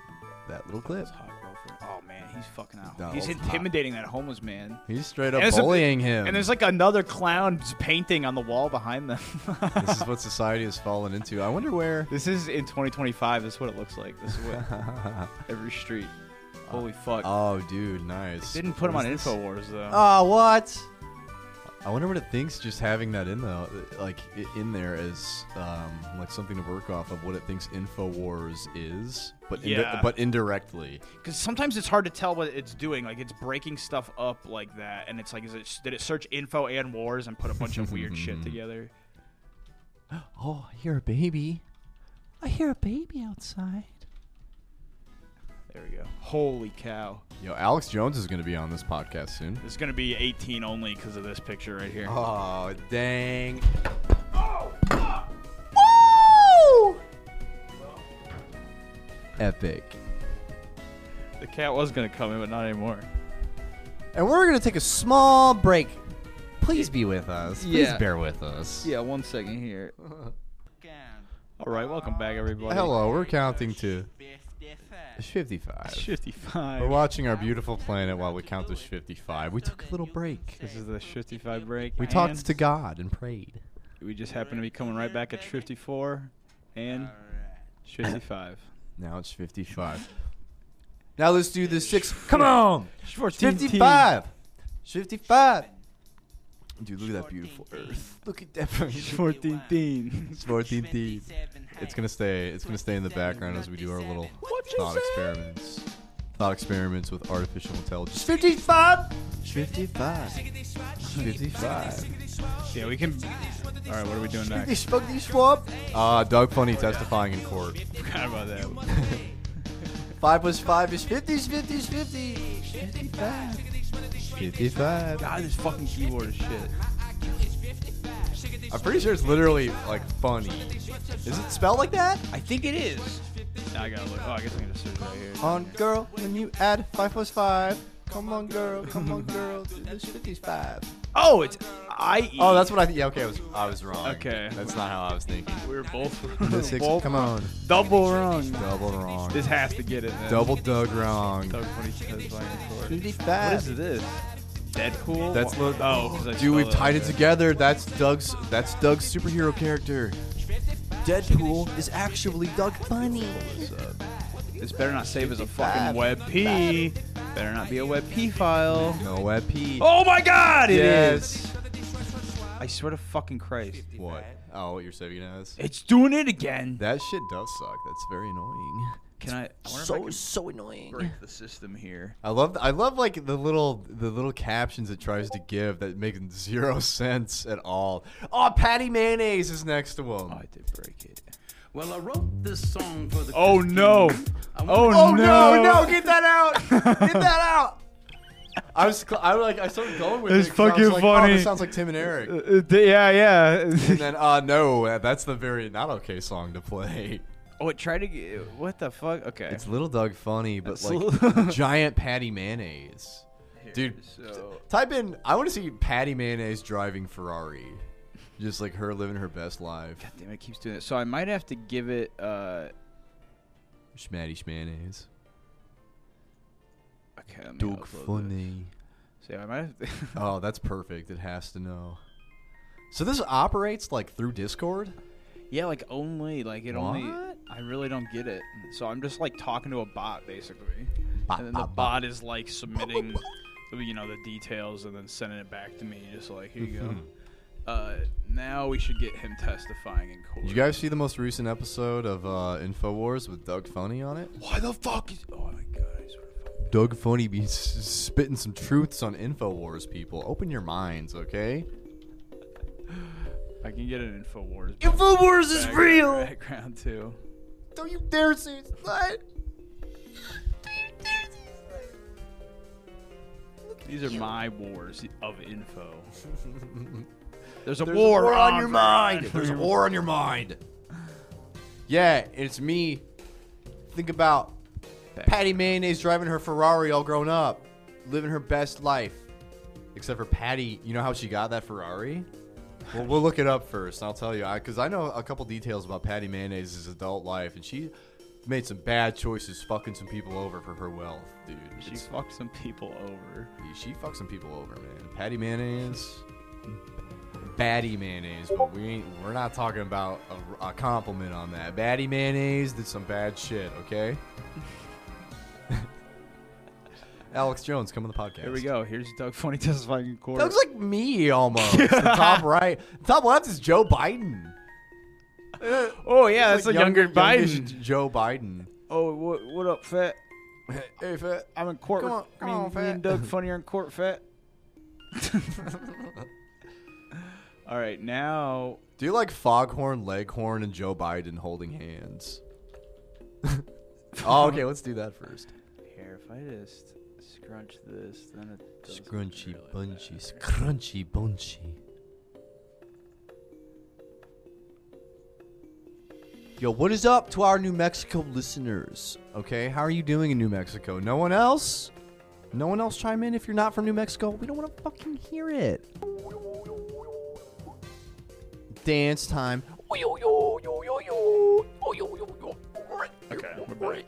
S3: that little clip.
S1: Hot girlfriend. Oh man, he's fucking out.
S3: McDonald's
S1: he's
S3: hot.
S1: intimidating that homeless man.
S3: He's straight up
S1: And it's a-
S3: bullying him.
S1: And there's like another clown's painting on the wall behind them.
S3: this is what society has fallen into. I wonder where.
S1: this is in 2025. This is what it looks like. This is what every street. Holy fuck!
S3: Oh, dude, nice.
S1: Didn't put him on
S3: What is this?
S1: Infowars though.
S3: Oh, what? I wonder what it thinks just having that in though, like i- in there as um, like something to work off of what it thinks Infowars is, but indi-
S1: Yeah.
S3: but indirectly.
S1: Because sometimes it's hard to tell what it's doing. Like it's breaking stuff up like that, and it's like, is it did it search info and wars and put a bunch of weird shit together?
S3: Oh, I hear a baby.
S4: I hear a baby outside.
S1: There we go. Holy cow!
S3: Yo, Alex Jones is gonna be on this podcast soon.
S1: This is gonna be 18 only because of this picture right here.
S3: Oh, dang!
S4: Woo!
S3: Epic.
S1: The cat was gonna come in, but not anymore.
S4: And we're gonna take a small break.
S3: Please be with us. Please
S1: Yeah.
S3: bear with us.
S1: Yeah, one second here. All right, welcome back, everybody.
S3: Hello, we're counting to 55.
S1: 55.
S3: We're watching our beautiful planet while we count to 55. We took a little break.
S1: This is the 55 break.
S3: We
S1: and
S3: talked to God and prayed.
S1: We just happen to be coming right back at 54 and 55.
S3: Now it's 55. now let's do the six. Come on! 55! 55! Dude, look at that beautiful earth. Look at that. fucking-
S1: 14
S3: It's 14 teeth. It's gonna stay. It's gonna stay in the background as we do our little thought experiments. Thought experiments with artificial intelligence. 55! 55. 55.
S1: Yeah, we can. All right, what are we doing next?
S3: Uh, Doug Funny testifying in court.
S1: Forgot about that.
S3: 5 plus 5 is 50s, 50s, 50s. 55. 55.
S1: God, this fucking keyboard is shit.
S3: I'm pretty sure it's literally like funny. Is it spelled like that?
S1: I think it is. Now I gotta look. Oh, I guess I'm gonna search right here.
S3: On girl, when you add five plus five, come on girl, come on girl, this fifty-five.
S1: Oh, it's I.
S3: Oh, that's what I think. Yeah, okay, I was I was wrong.
S1: Okay.
S3: that's not how I was thinking.
S1: We were both
S3: The six,
S1: both
S3: come on,
S1: double wrong.
S3: double wrong,
S1: This has to get it. Man.
S3: double Doug wrong.
S1: Doug Funny says by in court. What
S3: Fifty-five.
S1: is this? Deadpool?
S3: That's
S1: Wha-
S3: lo-
S1: oh, 'cause I
S3: Dude,
S1: spelled
S3: we've
S1: out
S3: tied it
S1: there.
S3: together. That's Doug's. That's Doug's superhero character.
S5: Deadpool is actually Doug Bunny.
S1: This better not save as a fucking WebP. Better not be a WebP file.
S3: No EP.
S1: Oh my God! It is.
S3: yes.
S1: I swear to fucking Christ.
S3: What? Oh, what you're saving as?
S1: It's doing it again.
S3: That shit does suck. That's very annoying.
S1: Can I? I wonder
S5: So
S1: if
S5: so
S1: I
S5: annoying.
S1: can break the system here.
S3: I love. I love like the little the little captions it tries to give that make zero sense at all. Oh, Patty Mayonnaise is next to him.
S1: Oh, I did break it.
S7: Well, I wrote this song for the.
S1: Oh no! Oh,
S3: Oh
S1: no!
S3: no, no, get that out! get that out! I was, cl- I was like, I started going with
S1: It's
S3: it 'cause I was
S1: fucking
S3: like,
S1: funny.
S3: Oh, this sounds like Tim and Eric.
S1: Uh, uh, d- yeah, yeah.
S3: And then, uh, no, uh, that's the very not okay song to play.
S1: oh, it tried to get. What the fuck? Okay.
S3: It's Little Doug Funny, but
S1: That's
S3: like giant Patty Mayonnaise. Dude,
S1: so-
S3: type in. I want to see Patty Mayonnaise driving Ferrari, just like her living her best life.
S1: Damn, it keeps doing it. So I might have to give it. uh
S3: Schmatty Schmayonnaise.
S1: Okay. let me
S3: Doug
S1: upload this.
S3: Funny.
S1: So I might have. To
S3: Oh, that's perfect. It has to know. So this operates like through Discord.
S1: yeah, like only like it only.
S3: What?
S1: I really don't get it. So I'm just like talking to a bot basically,
S3: Bot,
S1: and then the
S3: bot,
S1: bot is like submitting, you know, the details and then sending it back to me, just like here you go. Uh, now we should get him testifying in court.
S3: You guys see the most recent episode of uh, Infowars with Doug Funny on it?
S1: Why the fuck is? Oh my god! I swear to fuck.
S3: Doug Funny be s- spitting some truths on Infowars. People, open your minds, okay?
S1: I can get an Infowars.
S5: Infowars is
S1: back-
S5: real.
S1: Background too.
S3: Don't you dare say it's not.
S1: These are my wars of info. There's a
S3: There's
S1: war,
S3: a war on
S1: on
S3: your mind. There's a war on your mind. Yeah, it's me. Think about Patty Mayonnaise driving her Ferrari all grown up, living her best life. Except for Patty, you know how she got that Ferrari? Well, we'll look it up first. and I'll tell you because I know a couple details about Patty Mayonnaise's adult life, and she made some bad choices, fucking some people over for her wealth, dude.
S1: She
S3: It's-
S1: fucked some people over.
S3: she fucks some people over, man. Patty mayonnaise, batty mayonnaise, but we ain't. We're not talking about a, a compliment on that. Batty mayonnaise did some bad shit. Okay. Alex Jones, come on the podcast.
S1: Here we go. Here's Doug Funny testifying in court.
S3: That looks like me almost. the top right, top left is Joe Biden.
S1: oh yeah, that's
S3: Like
S1: a younger, Biden.
S3: youngish Joe Biden.
S1: Oh, what, what up, Fat?
S3: Hey, fat.
S1: I'm in court.
S3: Come
S1: with-
S3: on- come
S1: me,
S3: on,
S1: me
S3: Fat.
S1: and Doug Funny are in court, Fat. All right, now
S3: Do you like Foghorn, Leghorn, and Joe Biden holding hands? oh, okay, let's do that first.
S1: here, if I just scrunch this, then it doesn't
S3: Scrunchy
S1: really
S3: bunchy,
S1: matter.
S3: scrunchy bunchy. Yo, what is up to our New Mexico listeners? Okay, how are you doing in New Mexico? No one else? No one else chime in if you're not from New Mexico? We don't want to fucking hear it. Dance time.
S1: Okay, we're back.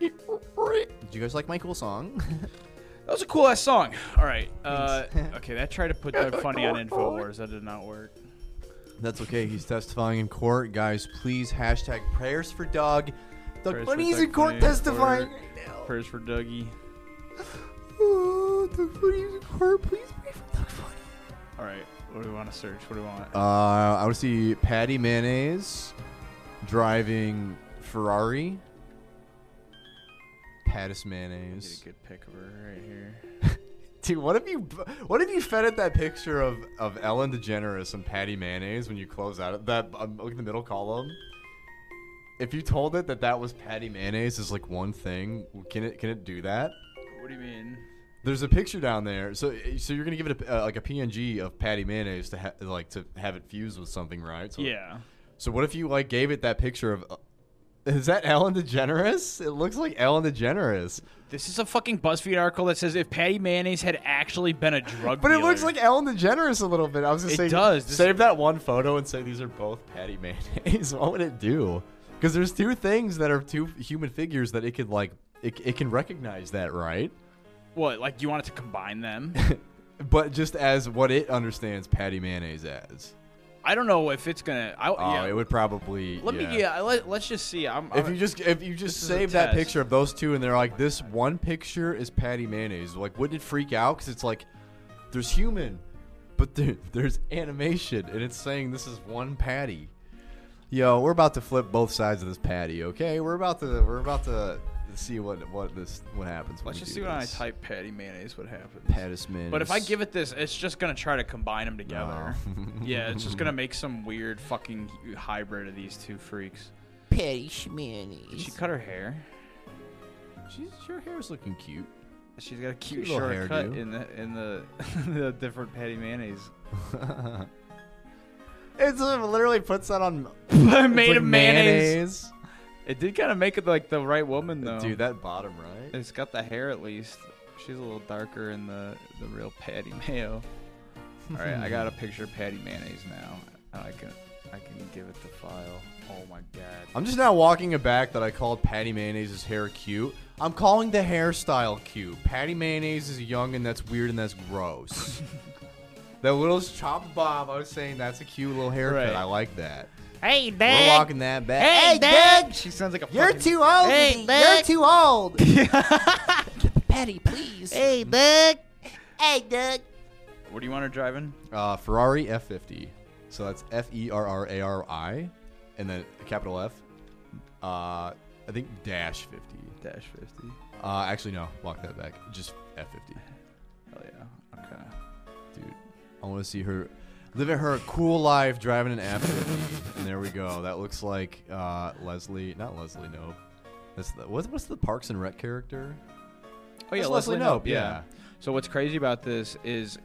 S3: Did you guys like my cool song?
S1: That was a cool ass song. All right. Uh, okay, that tried to put Doug Funny on Infowars. That did not work.
S3: That's okay. He's testifying in court, guys. Please hashtag prayers for Doug. Doug
S1: Prayers for
S3: Bunny's
S1: Doug
S3: in court
S1: Funny,
S3: testifying
S1: court.
S3: right now.
S1: Prayers for Dougie.
S3: Oh, Doug Bunny's in court. Please pray for Doug Bunny.
S1: All right. What do we want to search? What do we want?
S3: Uh, I want to see Patty Mayonnaise driving Ferrari.
S1: Get
S3: Pattis
S1: a
S3: Mayonnaise.
S1: good pick of her right here.
S3: Dude, what if you what if you fed it that picture of, of Ellen DeGeneres and Patty Mayonnaise when you close out that um, look in the middle column? If you told it that that was Patty Mayonnaise is like one thing, can it can it do that?
S1: What do you mean?
S3: There's a picture down there, so so you're gonna give it a, uh, like a PNG of Patty Mayonnaise to ha- like to have it fused with something, right? So,
S1: Yeah.
S3: So what if you like gave it that picture of? Uh, is that Ellen DeGeneres? It looks like Ellen DeGeneres,
S1: This is a fucking BuzzFeed article that says if Patty Mayonnaise had actually been a drug
S3: but it looks
S1: dealer-
S3: like Ellen DeGeneres a little bit. I was gonna
S1: It
S3: say,
S1: does. This-
S3: save that one photo and say these are both Patty Mayonnaise. what would it do? Because there's two things that are two human figures that it could like it, it can recognize that, right?
S1: what? Like you want it to combine them?
S3: but just as what it understands patty mayonnaise as.
S1: I don't know if it's gonna. I,
S3: Oh,
S1: yeah.
S3: it would probably.
S1: let
S3: yeah.
S1: me. Yeah, let, let's just see. I'm.
S3: If
S1: I'm-
S3: you just if you just
S1: This is a
S3: save that
S1: test.
S3: picture of those two and they're like this one picture is patty mayonnaise like wouldn't it freak out because it's like there's human but there, there's animation and it's saying this is one patty yo we're about to flip both sides of this patty okay we're about to we're about to see what what this what happens when
S1: let's
S3: we
S1: just see
S3: do
S1: when I
S3: this.
S1: type patty mayonnaise. What happens?
S3: patty mayonnaise
S1: But if I give it this, it's just gonna try to combine them together. yeah, it's just gonna make some weird fucking hybrid of these two freaks.
S8: Patty
S1: Did she
S8: Schmanny.
S1: cut her hair?
S3: she's your hair's looking cute
S1: She's got a cute
S3: Cute little
S1: shortcut
S3: hairdo.
S1: in the in the, the different patty mayonnaise.
S3: it's uh, literally puts that on
S1: I
S3: it's
S1: made
S3: like
S1: of mayonnaise. It did kind of make it like the right woman though.
S3: dude that bottom right
S1: it's got the hair at least. She's a little darker in the the real patty mayo. All right, I got a picture of patty mayonnaise now, and I can I can give it the file. Oh my god.
S3: I'm just now walking it back that I called Patty Mayonnaise's hair cute. I'm calling the hairstyle cute. Patty Mayonnaise is young and that's weird and that's gross. that little chopped bob, I was saying that's a cute little haircut.
S1: Right.
S3: I like that.
S8: Hey,
S3: We're
S8: Dad.
S3: walking that back.
S8: Hey, Dad.
S1: She sounds like a
S5: You're
S1: fucking-
S5: too old.
S8: Hey,
S5: Lee. You're
S8: Nick.
S5: too old.
S8: Patty, please.
S5: hey, Doug.
S8: Hey, Doug.
S1: What do you want her driving?
S3: Uh, Ferrari F50. So that's F E R R A R I, and then a capital F. Uh, I think dash 50.
S1: Dash fifty.
S3: Uh, actually, no, walk that back. Just F50.
S1: Hell yeah. Okay.
S3: Dude, I want to see her living her cool life driving an F50. and there we go. That looks like uh, Leslie. Not Leslie Nope. That's the, what's, what's the Parks and Rec character?
S1: Oh yeah,
S3: That's
S1: Leslie,
S3: Leslie
S1: Nope.
S3: Knope,
S1: Yeah.
S3: yeah.
S1: So what's crazy about this is,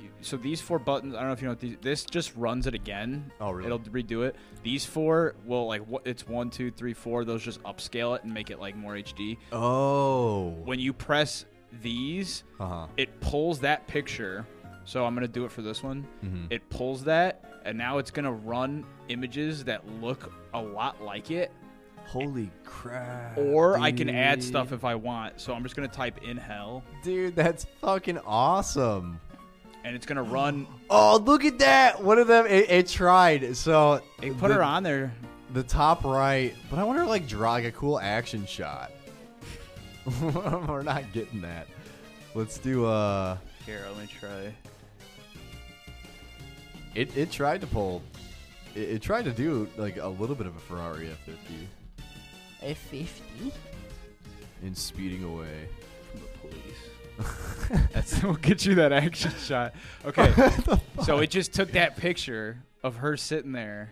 S1: you- so these four buttons. I don't know if you know what these. This just runs it again.
S3: Oh, really?
S1: It'll redo it. These four will like what? It's one, two, three, four. Those just upscale it and make it like more HD.
S3: Oh.
S1: When you press these,
S3: Uh huh.
S1: it pulls that picture. So I'm gonna do it for this one.
S3: Mm-hmm.
S1: It pulls that, and now it's gonna run images that look a lot like it.
S5: Holy crap.
S1: Or I can add stuff if I want. So I'm just gonna type in hell,
S3: Dude, that's fucking awesome.
S1: and it's gonna run.
S3: Oh, look at that. One of them, it, it tried. So
S1: It put
S3: the,
S1: her on there.
S3: the top right. But I wonder, like, draw like a cool action shot. We're not getting that. Let's do, uh,
S1: Here, let me try.
S3: It, it tried to pull. It, it tried to do like a little bit of a Ferrari F50
S8: F50.
S3: in speeding away.
S1: From the police. That's we'll get you that action shot. Okay. so it just took that picture of her sitting there,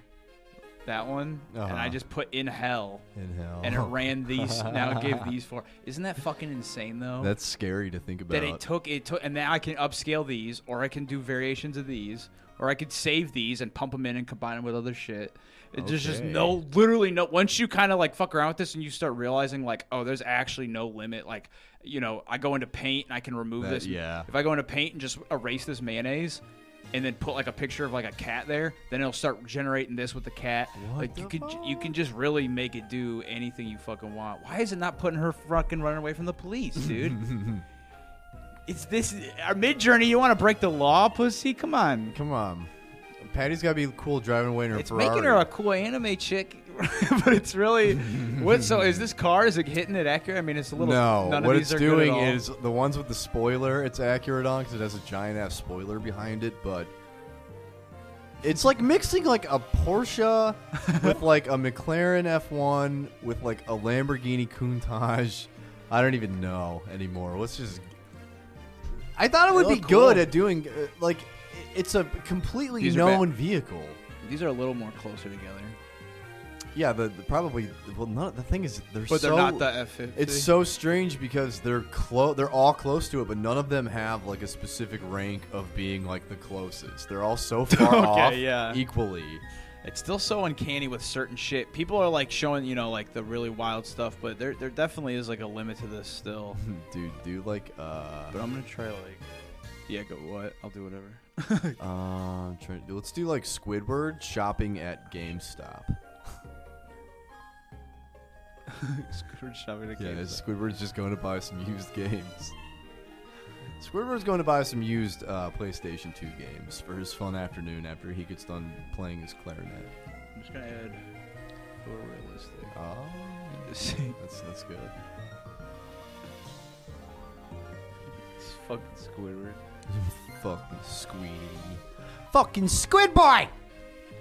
S1: that one, and I
S3: Uh-huh.
S1: just put in hell,
S3: In hell.
S1: and it ran these. now it gave these four. Isn't that fucking insane though?
S3: That's scary to think about.
S1: that it took it took, and now I can upscale these, or I can do variations of these, or I could save these and pump them in and combine them with other shit. It- There's just
S3: Okay.
S1: no, literally no. Once you kind of like fuck around with this and you start realizing like, oh, there's actually no limit. Like, you know, I go into paint and I can remove
S3: That-
S1: this.
S3: yeah.
S1: If I go into paint and just erase this mayonnaise. And then put like a picture of like a cat there, then it'll start generating this with the cat. like you could, you can just really make it do anything you fucking want. Why is it not putting her fucking running away from the police, dude? It's this our mid journey. You want to break the law, pussy? Come on.
S3: Come on. Patty's gotta be cool driving away in her
S1: It's
S3: Ferrari.
S1: making her a cool anime chick, but it's really what? So is this car? Is it hitting it accurate? I mean, it's a little.
S3: no,
S1: none
S3: what
S1: of these
S3: it's
S1: are good at
S3: doing
S1: all.
S3: is the ones with the spoiler. It's accurate on because it has a giant ass spoiler behind it, but it's like mixing like a Porsche with like a McLaren F1 with like a Lamborghini Countach. I don't even know anymore. Let's just. I thought it would
S1: They
S3: be
S1: look
S3: good
S1: cool.
S3: at doing uh, like i- it's a completely
S1: These are bad.
S3: known vehicle.
S1: these are a little more closer together,
S3: Yeah, the, the probably well, none, the thing is they're
S1: but
S3: so
S1: they're not the F fifty.
S3: It's so strange because they're close. They're all close to it, but none of them have like a specific rank of being like the closest. They're all so far
S1: Okay,
S3: off
S1: yeah.
S3: equally.
S1: it's still so uncanny with certain shit. People are like showing you know like the really wild stuff, but there there definitely is like a limit to this still.
S3: Dude, do like uh,
S1: But I'm gonna try like yeah, go what? I'll do whatever.
S3: um, trying to, let's do like Squidward shopping at GameStop.
S1: Screwed shopping
S3: Yeah,
S1: again.
S3: Squidward's just going to buy some used games. Squidward's going to buy some used uh, PlayStation 2 games for his fun afternoon after he gets done playing his clarinet.
S1: I'm just gonna add for realistic.
S3: Oh, that's that's good.
S1: it's fucking Squidward.
S3: Fucking Squeedy.
S4: Fucking Squid Boy!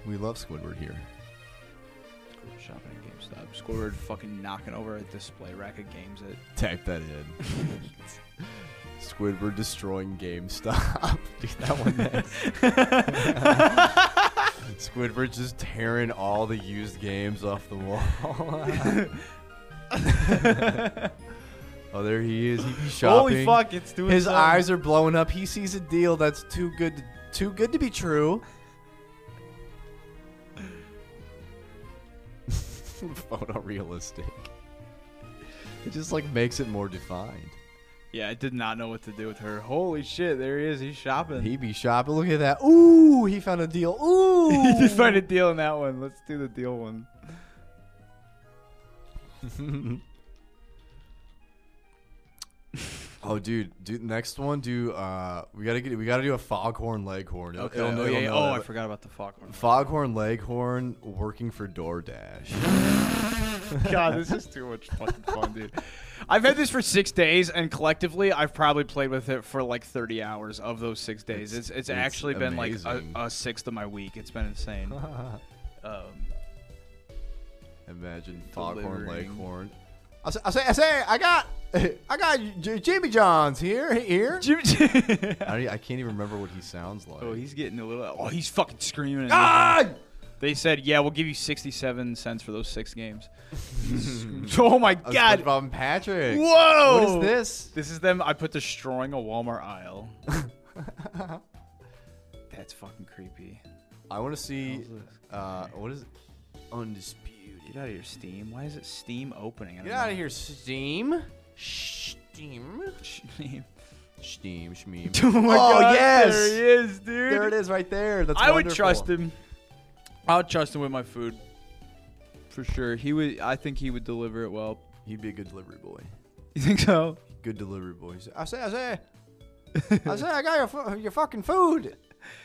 S3: We love Squidward here.
S1: Squidward shopping at GameStop. Squidward fucking knocking over a display rack of games at
S3: Type that in. Squidward destroying GameStop. Dude, that one next. Squidward just tearing all the used games off the wall. oh, there he is. He be shopping.
S1: Holy fuck, it's doing
S3: His
S1: something.
S3: eyes are blowing up. He sees a deal that's too good, to, too good to be true. Photorealistic. It just like makes it more defined.
S1: Yeah, I did not know what to do with her. Holy shit, there he is. He's shopping.
S3: He be shopping. Look at that. Ooh, he found a deal.
S1: He
S3: Ooh.
S1: did find a deal in that one. Let's do the deal one.
S3: oh, dude, dude. Next one, do uh, we gotta get we gotta do a foghorn leghorn. It'll- it'll-
S1: Oh,
S3: it'll
S1: yeah, yeah.
S3: know
S1: oh
S3: that-
S1: I forgot about the Foghorn.
S3: Foghorn leghorn working for DoorDash.
S1: God, this is too much fucking fun, dude. I've had this for six days, and collectively, I've probably played with it for like 30 hours of those six days. It's
S3: It's-
S1: it's,
S3: it's
S1: actually been
S3: amazing.
S1: like a, a sixth of my week. It's been insane. um,
S3: Imagine Foghorn
S1: Delivering.
S3: Leghorn. I say, I say, I say, I got, I got J- Jimmy John's here, here.
S1: Jim-
S3: I, don't- I can't even remember what he sounds like.
S1: oh, he's getting a little. Oh, he's fucking screaming. and
S3: ah!
S1: They said, "Yeah, we'll give you 67 cents for those six games." oh my
S3: A
S1: god!
S3: SpongeBob Patrick.
S1: Whoa!
S3: What is this?
S1: This is them. I put destroying a Walmart aisle. That's fucking creepy.
S3: I want to see.
S1: How's this?
S3: Uh, what is? it?
S1: Undisputed. Get out of your Steam. Why is it Steam opening? I
S3: Get
S1: don't
S3: out of here, Steam.
S5: Steam.
S1: know. Steam.
S3: Steam, Shmeem.
S1: oh my
S3: God, yes!
S1: There he is, dude.
S3: there it is, right there. That's
S1: I would
S3: wonderful.
S1: trust him. I would trust him with my food. For sure. He would. I think he would deliver it well.
S3: He'd be a good delivery boy.
S1: You think so?
S3: Good delivery boy. He's, I say, I say, I say, I got your fu- your fucking food.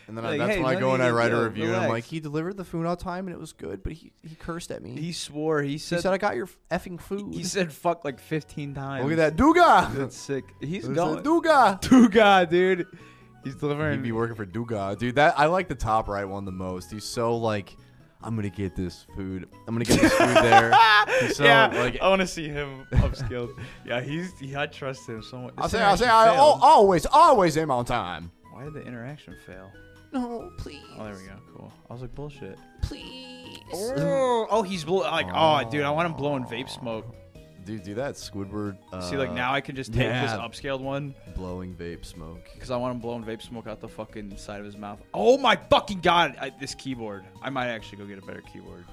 S3: And then I,
S1: Like,
S3: that's
S1: hey,
S3: when I
S1: let
S3: go and
S1: me-
S3: I write a
S1: yo,
S3: review, and I'm
S1: relax.
S3: like, he delivered the food on time, and it was good, but he, he cursed at me.
S1: He swore. He
S3: He
S1: said.
S3: said, "I got your effing food."
S1: he said fuck like 15 times.
S3: "Look at that Duga."
S1: That's sick. He's
S3: He said,
S1: going.
S3: Duga.
S1: Duga, dude. He's delivering.
S3: He'd be working for Duga, dude. That I like the top right one the most. He's so like, I'm gonna get this food. I'm gonna get this food there. He's so
S1: yeah,
S3: like,
S1: I want to see him upskilled. yeah, he's. Yeah, I trust him so much.
S3: I
S1: This
S3: say, I say, I
S1: interaction
S3: al-
S1: failed.
S3: always, always am on time.
S1: Why did the interaction fail?
S5: No, please.
S1: Oh, there we go. Cool. I was like, bullshit.
S5: Please.
S1: Oh, oh he's blow- like, oh, dude, I want him blowing vape smoke.
S3: Dude, do that Squidward. Uh,
S1: See, like now I can just take this
S3: yeah.
S1: upscaled one
S3: blowing vape smoke.
S1: because I want him blowing vape smoke out the fucking side of his mouth. Oh my fucking god, I, this keyboard. I might actually go get a better keyboard.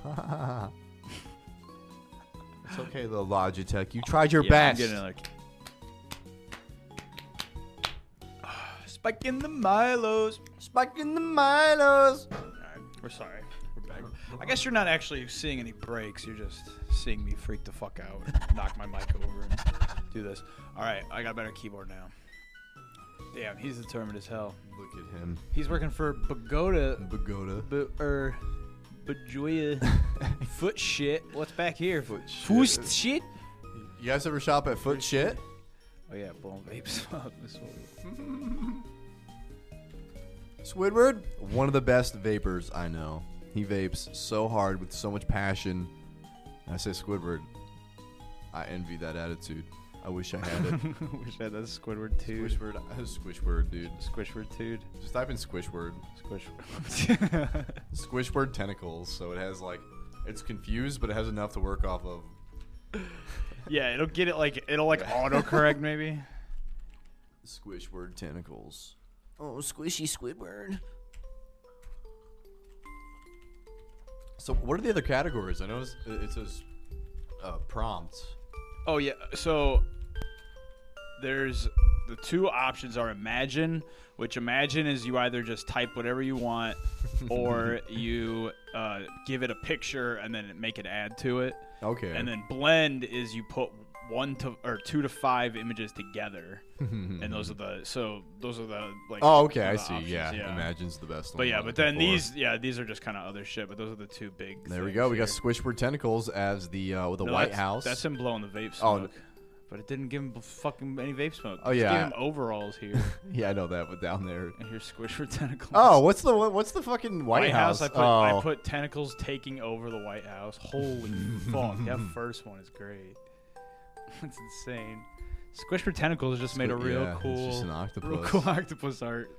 S3: It's okay, little Logitech. You tried your
S1: Yeah, I'm
S3: best.
S1: getting another key- Spike in the Milos.
S3: Spiking the Milos.
S1: We're sorry. We're back. I guess you're not actually seeing any breaks. You're just seeing me freak the fuck out, and knock my mic over, and do this. All right, I got a better keyboard now. Damn, he's determined as hell.
S3: Look at him,
S1: He's working for Pagoda
S3: Pagoda.
S1: B- or Bajoya Foot Shit. What's back here? Foot
S3: shit.
S1: Shit.
S3: You guys ever shop at Foot Shit?
S1: Oh yeah, blowing vapes up. This one.
S3: Squidward, one of the best vapors I know. He vapes so hard with so much passion. I say Squidward, I envy that attitude. I wish I had it.
S1: Wish I had that Squidward dude.
S3: Squishword, Squishword, dude.
S1: Squishward dude.
S3: Just type in Squishword.
S1: Squishward.
S3: Squishword tentacles. So it has like, it's confused, but it has enough to work off of.
S1: yeah, it'll get it like it'll like autocorrect maybe.
S3: Squishword tentacles.
S5: Oh, squishy Squidward.
S3: So what are the other categories? I know it's, it says uh, prompts.
S1: Oh yeah. So there's the two options are imagine, which imagine is you either just type whatever you want, or you uh, give it a picture and then make an ad to it,
S3: Okay.
S1: and then blend is you put
S8: one to or two to five images together, and those are the so those are the like.
S3: Oh, okay, I
S8: the
S3: see.
S8: options,
S3: Yeah, Imagine's the best.
S8: But
S3: one
S8: yeah,
S3: I'm
S8: but then
S3: looking for.
S8: these yeah these are just kind of other shit. But those are the two big.
S3: There we
S8: things
S3: go. We got
S8: here.
S3: Squishward tentacles as the uh, with the
S8: No,
S3: White
S8: that's-
S3: House.
S8: That's him blowing the vape
S3: Oh,
S8: smoke. but it didn't give him fucking any vape smoke.
S3: Oh,
S8: Just
S3: yeah.
S8: gave him overalls here
S3: yeah, I know that. But down there.
S8: and here's Squishward tentacles.
S3: Oh, what's the what- what's the fucking White,
S8: White House. I put
S3: Oh.
S8: I put tentacles taking over the White House. Holy fuck, that first one is great. That's insane. Squishward tentacles just made a
S3: Squi-
S8: real
S3: yeah, it's
S8: cool,
S3: just an
S8: real
S3: octopus.
S8: cool octopus art.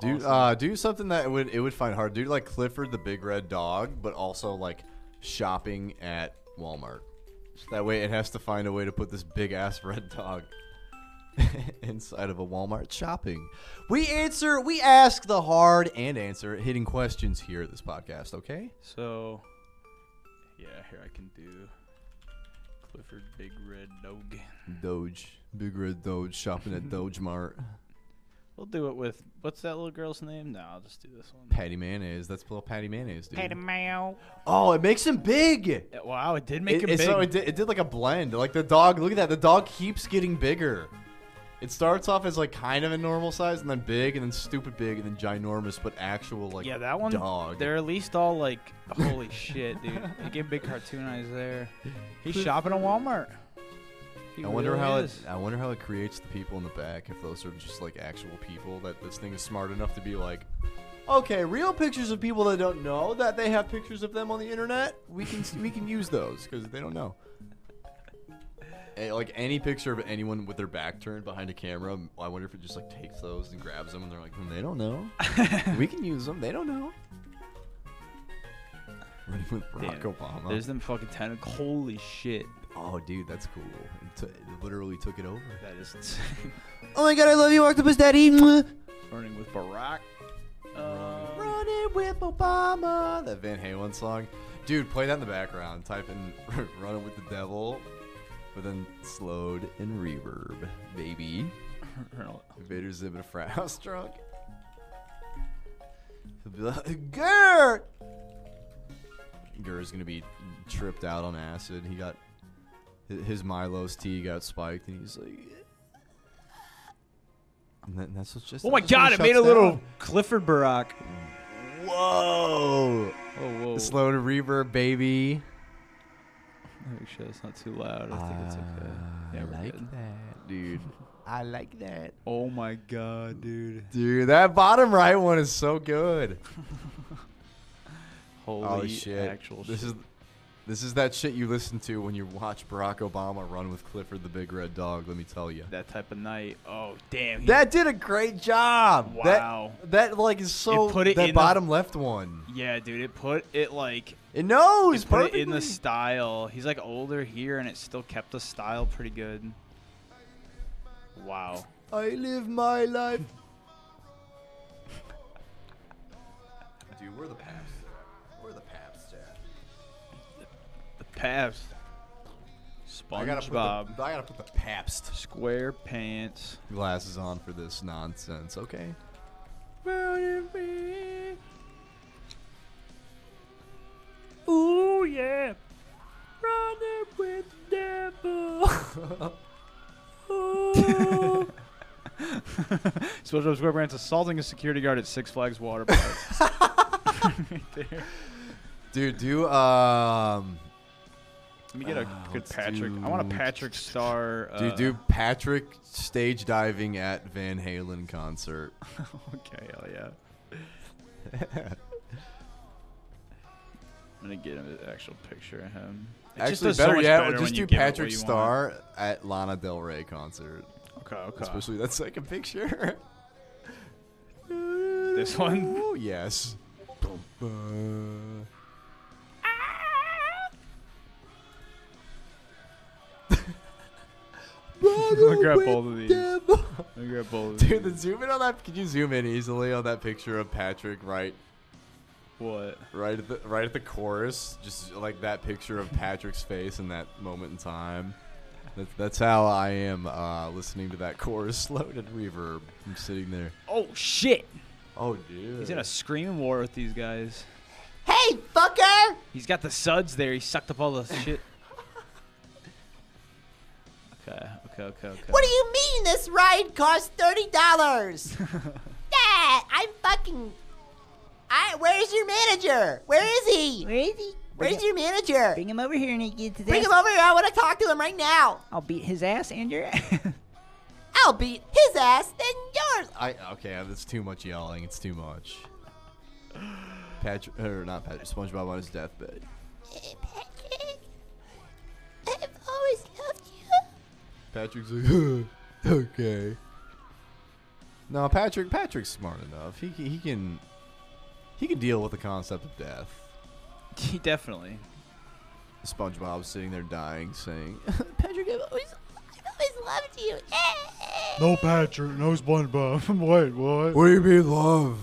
S3: Do
S8: Awesome.
S3: uh do something that would it would find hard. Do like Clifford the Big Red Dog, but also like shopping at Walmart. That way, it has to find a way to put this big ass red dog inside of a Walmart shopping. We answer, we ask the hard and answer hitting questions here at this podcast. Okay,
S8: So, yeah, here I can do Clifford Big Red Dog.
S3: Doge, Big Red Doge shopping at Doge Mart.
S8: We'll do it with what's that little girl's name? No, I'll just do this one.
S3: Patty mayonnaise. That's little Patty mayonnaise, dude.
S9: Meow.
S3: oh, it makes him big.
S8: Yeah, Wow, it did make
S3: it,
S8: him
S3: it-
S8: big.
S3: So it did, it did like a blend. Like the dog, look at that. The dog keeps getting bigger. It starts off as like kind of a normal size, and then big, and then stupid big, and then ginormous, but actual like
S8: yeah, that one.
S3: dog.
S8: They're at least all like, holy shit, dude. He gave big cartoon eyes there. He's shopping at Walmart. He
S3: I wonder
S8: really
S3: how it. uh,
S8: is.
S3: I wonder how it creates the people in the back. If those are just like actual people, that this thing is smart enough to be like, okay, real pictures of people that don't know that they have pictures of them on the internet. We can we can use those because they don't know. Eh, Like any picture of anyone with their back turned behind a camera, I wonder if it just like takes those and grabs them, and they're like, "Hmm, they don't know. we can use them. They don't know. Running with Barack
S8: Damn.
S3: Obama.
S8: There's them fucking tentacles. Holy shit.
S3: oh, dude, that's cool. It, t- it literally took it over.
S8: That is insane.
S6: Oh my god, I love you, Octopus Daddy. Mwah.
S8: Running with Barack. Uh,
S3: Running with Obama. That Van Halen song. Dude, play that in the background. Type in Running with the Devil, but then slowed and reverb, baby. Vader Zim in a frat house drunk. He'll be like, Gert! Gert's gonna be tripped out on acid. He got. hi- His Milo's tea got spiked, and he's like. And then that's what's just.
S8: oh
S3: that's
S8: my
S3: just when
S8: god,
S3: he
S8: it made a
S3: shuts
S8: little
S3: down.
S8: Clifford Barack.
S3: Whoa!
S8: Oh, whoa.
S3: Slow to reverb, baby.
S8: Make sure it's not too loud. I think it's okay. Yeah, we're good.
S3: that, dude. I like that,
S8: Oh my god, dude.
S3: dude. That bottom right one is so good.
S8: Holy
S3: oh shit!
S8: actual
S3: this
S8: shit.
S3: is this is that shit you listen to when you watch Barack Obama run with Clifford the Big Red Dog. Let me tell you.
S8: that type of night. Oh damn. he-
S3: That did a great job. That-
S8: Wow.
S3: That, like is so.
S8: It put it
S3: that
S8: in the-
S3: bottom left one.
S8: yeah, dude, it put it like
S3: It knows
S8: put it in
S3: perfectly.
S8: the style. He's like older here and it still kept the style pretty good. Wow.
S3: I live my life. Dude, we're the paps. We're the paps, Jack.
S8: The Pabst.
S3: I gotta,
S8: SpongeBob.
S3: put the, I gotta put the Pabst
S8: Square pants.
S3: glasses on for this nonsense, okay?
S10: Ooh, yeah. Running with devil. Ooh.
S8: SpongeBob SquarePants assaulting a security guard at Six Flags Water Park.
S3: Dude, do um,
S8: Let me get a good
S3: let's
S8: Patrick. I want a
S3: do-
S8: Patrick Star. Uh,
S3: dude, Oh, do Patrick stage diving at Van Halen concert?
S8: uh, Okay, hell yeah. I'm gonna get him an actual picture of him. It just
S3: Actually,
S8: does so
S3: better
S8: much
S3: yet,
S8: better
S3: just
S8: when
S3: do
S8: you give it what
S3: Patrick
S8: you want.
S3: Star at Lana Del Rey concert,
S8: Okay, okay.
S3: especially that second picture.
S8: this one.
S3: Oh yes. Dude,
S8: I'll grab both of these. I'll grab both of
S3: the
S8: these.
S3: zoom in on that. Can you zoom in easily on that picture of Patrick right,
S8: What?
S3: right at the right at the chorus? Just like that picture of Patrick's face in that moment in time. That, that's how I am uh, listening to that chorus slowed and reverb. I'm sitting there.
S8: Oh shit!
S3: Oh, dude.
S8: He's in a screaming war with these guys.
S6: Hey, fucker!
S8: He's got the suds there. He sucked up all the shit. okay, okay, okay.
S5: What do you mean this ride costs thirty dollars? Dad, I'm fucking. I. Where's your manager? Where is he?
S11: Where is he?
S5: Where's your manager?
S11: Bring him over here and he gets his
S5: Bring
S11: ass.
S5: him over here. I want to talk to him right now.
S11: I'll beat his ass and your ass.
S5: I'll beat his ass than yours.
S3: I okay, that's too much yelling. It's too much. Patrick, or not Patrick, SpongeBob on his deathbed.
S5: Patrick, I've always loved you.
S3: Patrick's like, okay. No, Patrick. Patrick's smart enough. He he can he can deal with the concept of death.
S8: Definitely.
S3: SpongeBob sitting there dying, saying,
S5: Patrick, I've always, I've always loved you.
S6: No Patrick, no SpongeBob. Wait, what?
S3: "What do you mean love?"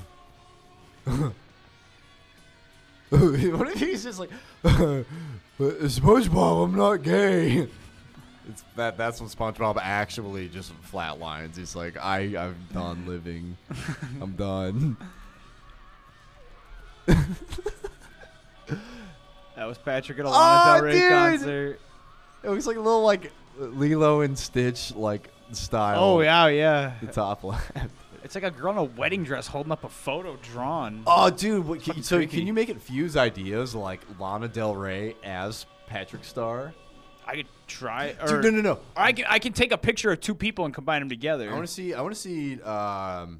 S3: what if he's just like, SpongeBob? I'm not gay. It's that. That's when SpongeBob actually just flatlines. He's like, I I'm done living. I'm done.
S8: That was Patrick at a
S3: Aw,
S8: Lana Del Rey
S3: dude!
S8: concert.
S3: It was like a little like Lilo and Stitch like style.
S8: Oh yeah, yeah.
S3: the top left.
S8: It's like a girl in a wedding dress holding up a photo drawn.
S3: Oh, dude. What, can,
S8: Fucking
S3: so
S8: creepy.
S3: can you make it fuse ideas like Lana Del Rey as Patrick Star?
S8: I could try. Or,
S3: Dude, no, no, no.
S8: I can I can take a picture of two people and combine them together.
S3: I want to see. I want to see. Um,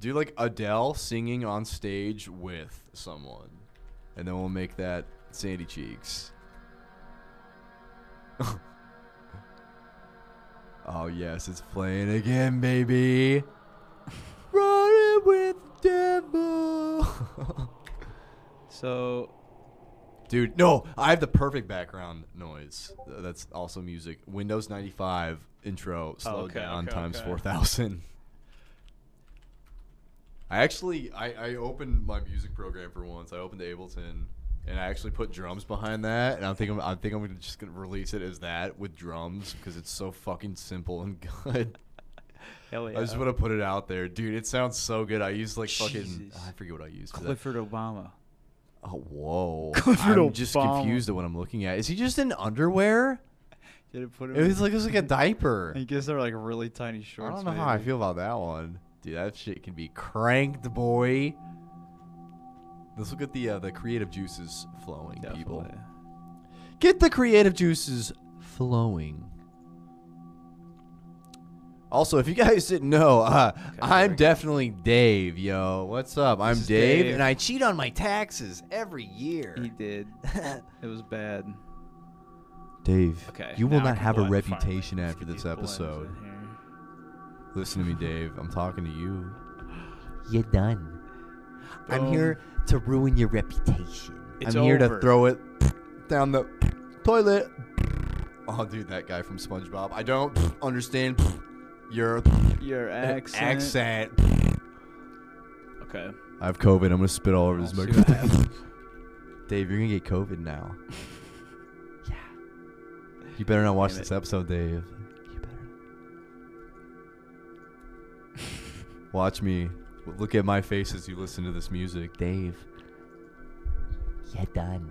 S3: do like Adele singing on stage with someone, and then we'll make that Sandy Cheeks. oh yes, it's playing again, baby. Running with the devil.
S8: so
S3: Dude, no, I have the perfect background noise. Th- That's also music. Windows 95 intro slowed
S8: okay,
S3: down
S8: okay,
S3: times
S8: okay.
S3: 4000. I actually I, I opened my music program for once. I opened Ableton and I actually put drums behind that and I think I'm I think I'm gonna just gonna release it as that with drums because it's so fucking simple and good.
S8: hell yeah.
S3: I just want to put it out there, dude. It sounds so good. I used like fucking
S8: Jesus.
S3: I forget what I used. for that.
S8: Clifford Obama.
S3: Oh, whoa.
S8: Clifford
S3: I'm just
S8: Obama.
S3: confused at what I'm looking at. Is he just in underwear?
S8: Did it put him?
S3: It was like it was like a diaper.
S8: I guess they're like really tiny
S3: I
S8: shorts.
S3: don't know how I
S8: maybe.
S3: feel about that one. Dude, that shit can be cranked, boy. Let's look at the uh, the creative juices flowing, people.
S8: Definitely.
S3: Get the creative juices flowing. Also, if you guys didn't know, uh, I'm definitely Dave, yo. What's up? I'm
S8: is
S3: Dave,
S8: Dave.
S3: and I cheat on my taxes every year.
S8: He did. it was bad.
S3: Dave,
S8: Okay.
S3: you will
S8: now I
S3: not
S8: can
S3: have a
S8: blend- finally,
S3: reputation
S8: let's
S3: after
S8: get
S3: this
S8: these blends
S3: episode.
S8: in here.
S3: Listen to me, Dave. I'm talking to you.
S12: You're done.
S8: Boom.
S12: I'm here to ruin your reputation.
S8: Um, It's
S3: I'm here
S8: over.
S3: to throw it down the toilet. Oh, dude, that guy from SpongeBob. I don't understand your
S8: your Uh, accent.
S3: accent.
S8: Okay.
S3: I have COVID. I'm gonna spit all over this
S8: I'll see what
S3: microphone. Dave, you're gonna get COVID now. yeah. You better not watch
S8: Damn
S3: this episode, Dave. You better. watch me. Look at my face as you listen to this music, Dave.
S12: You're done.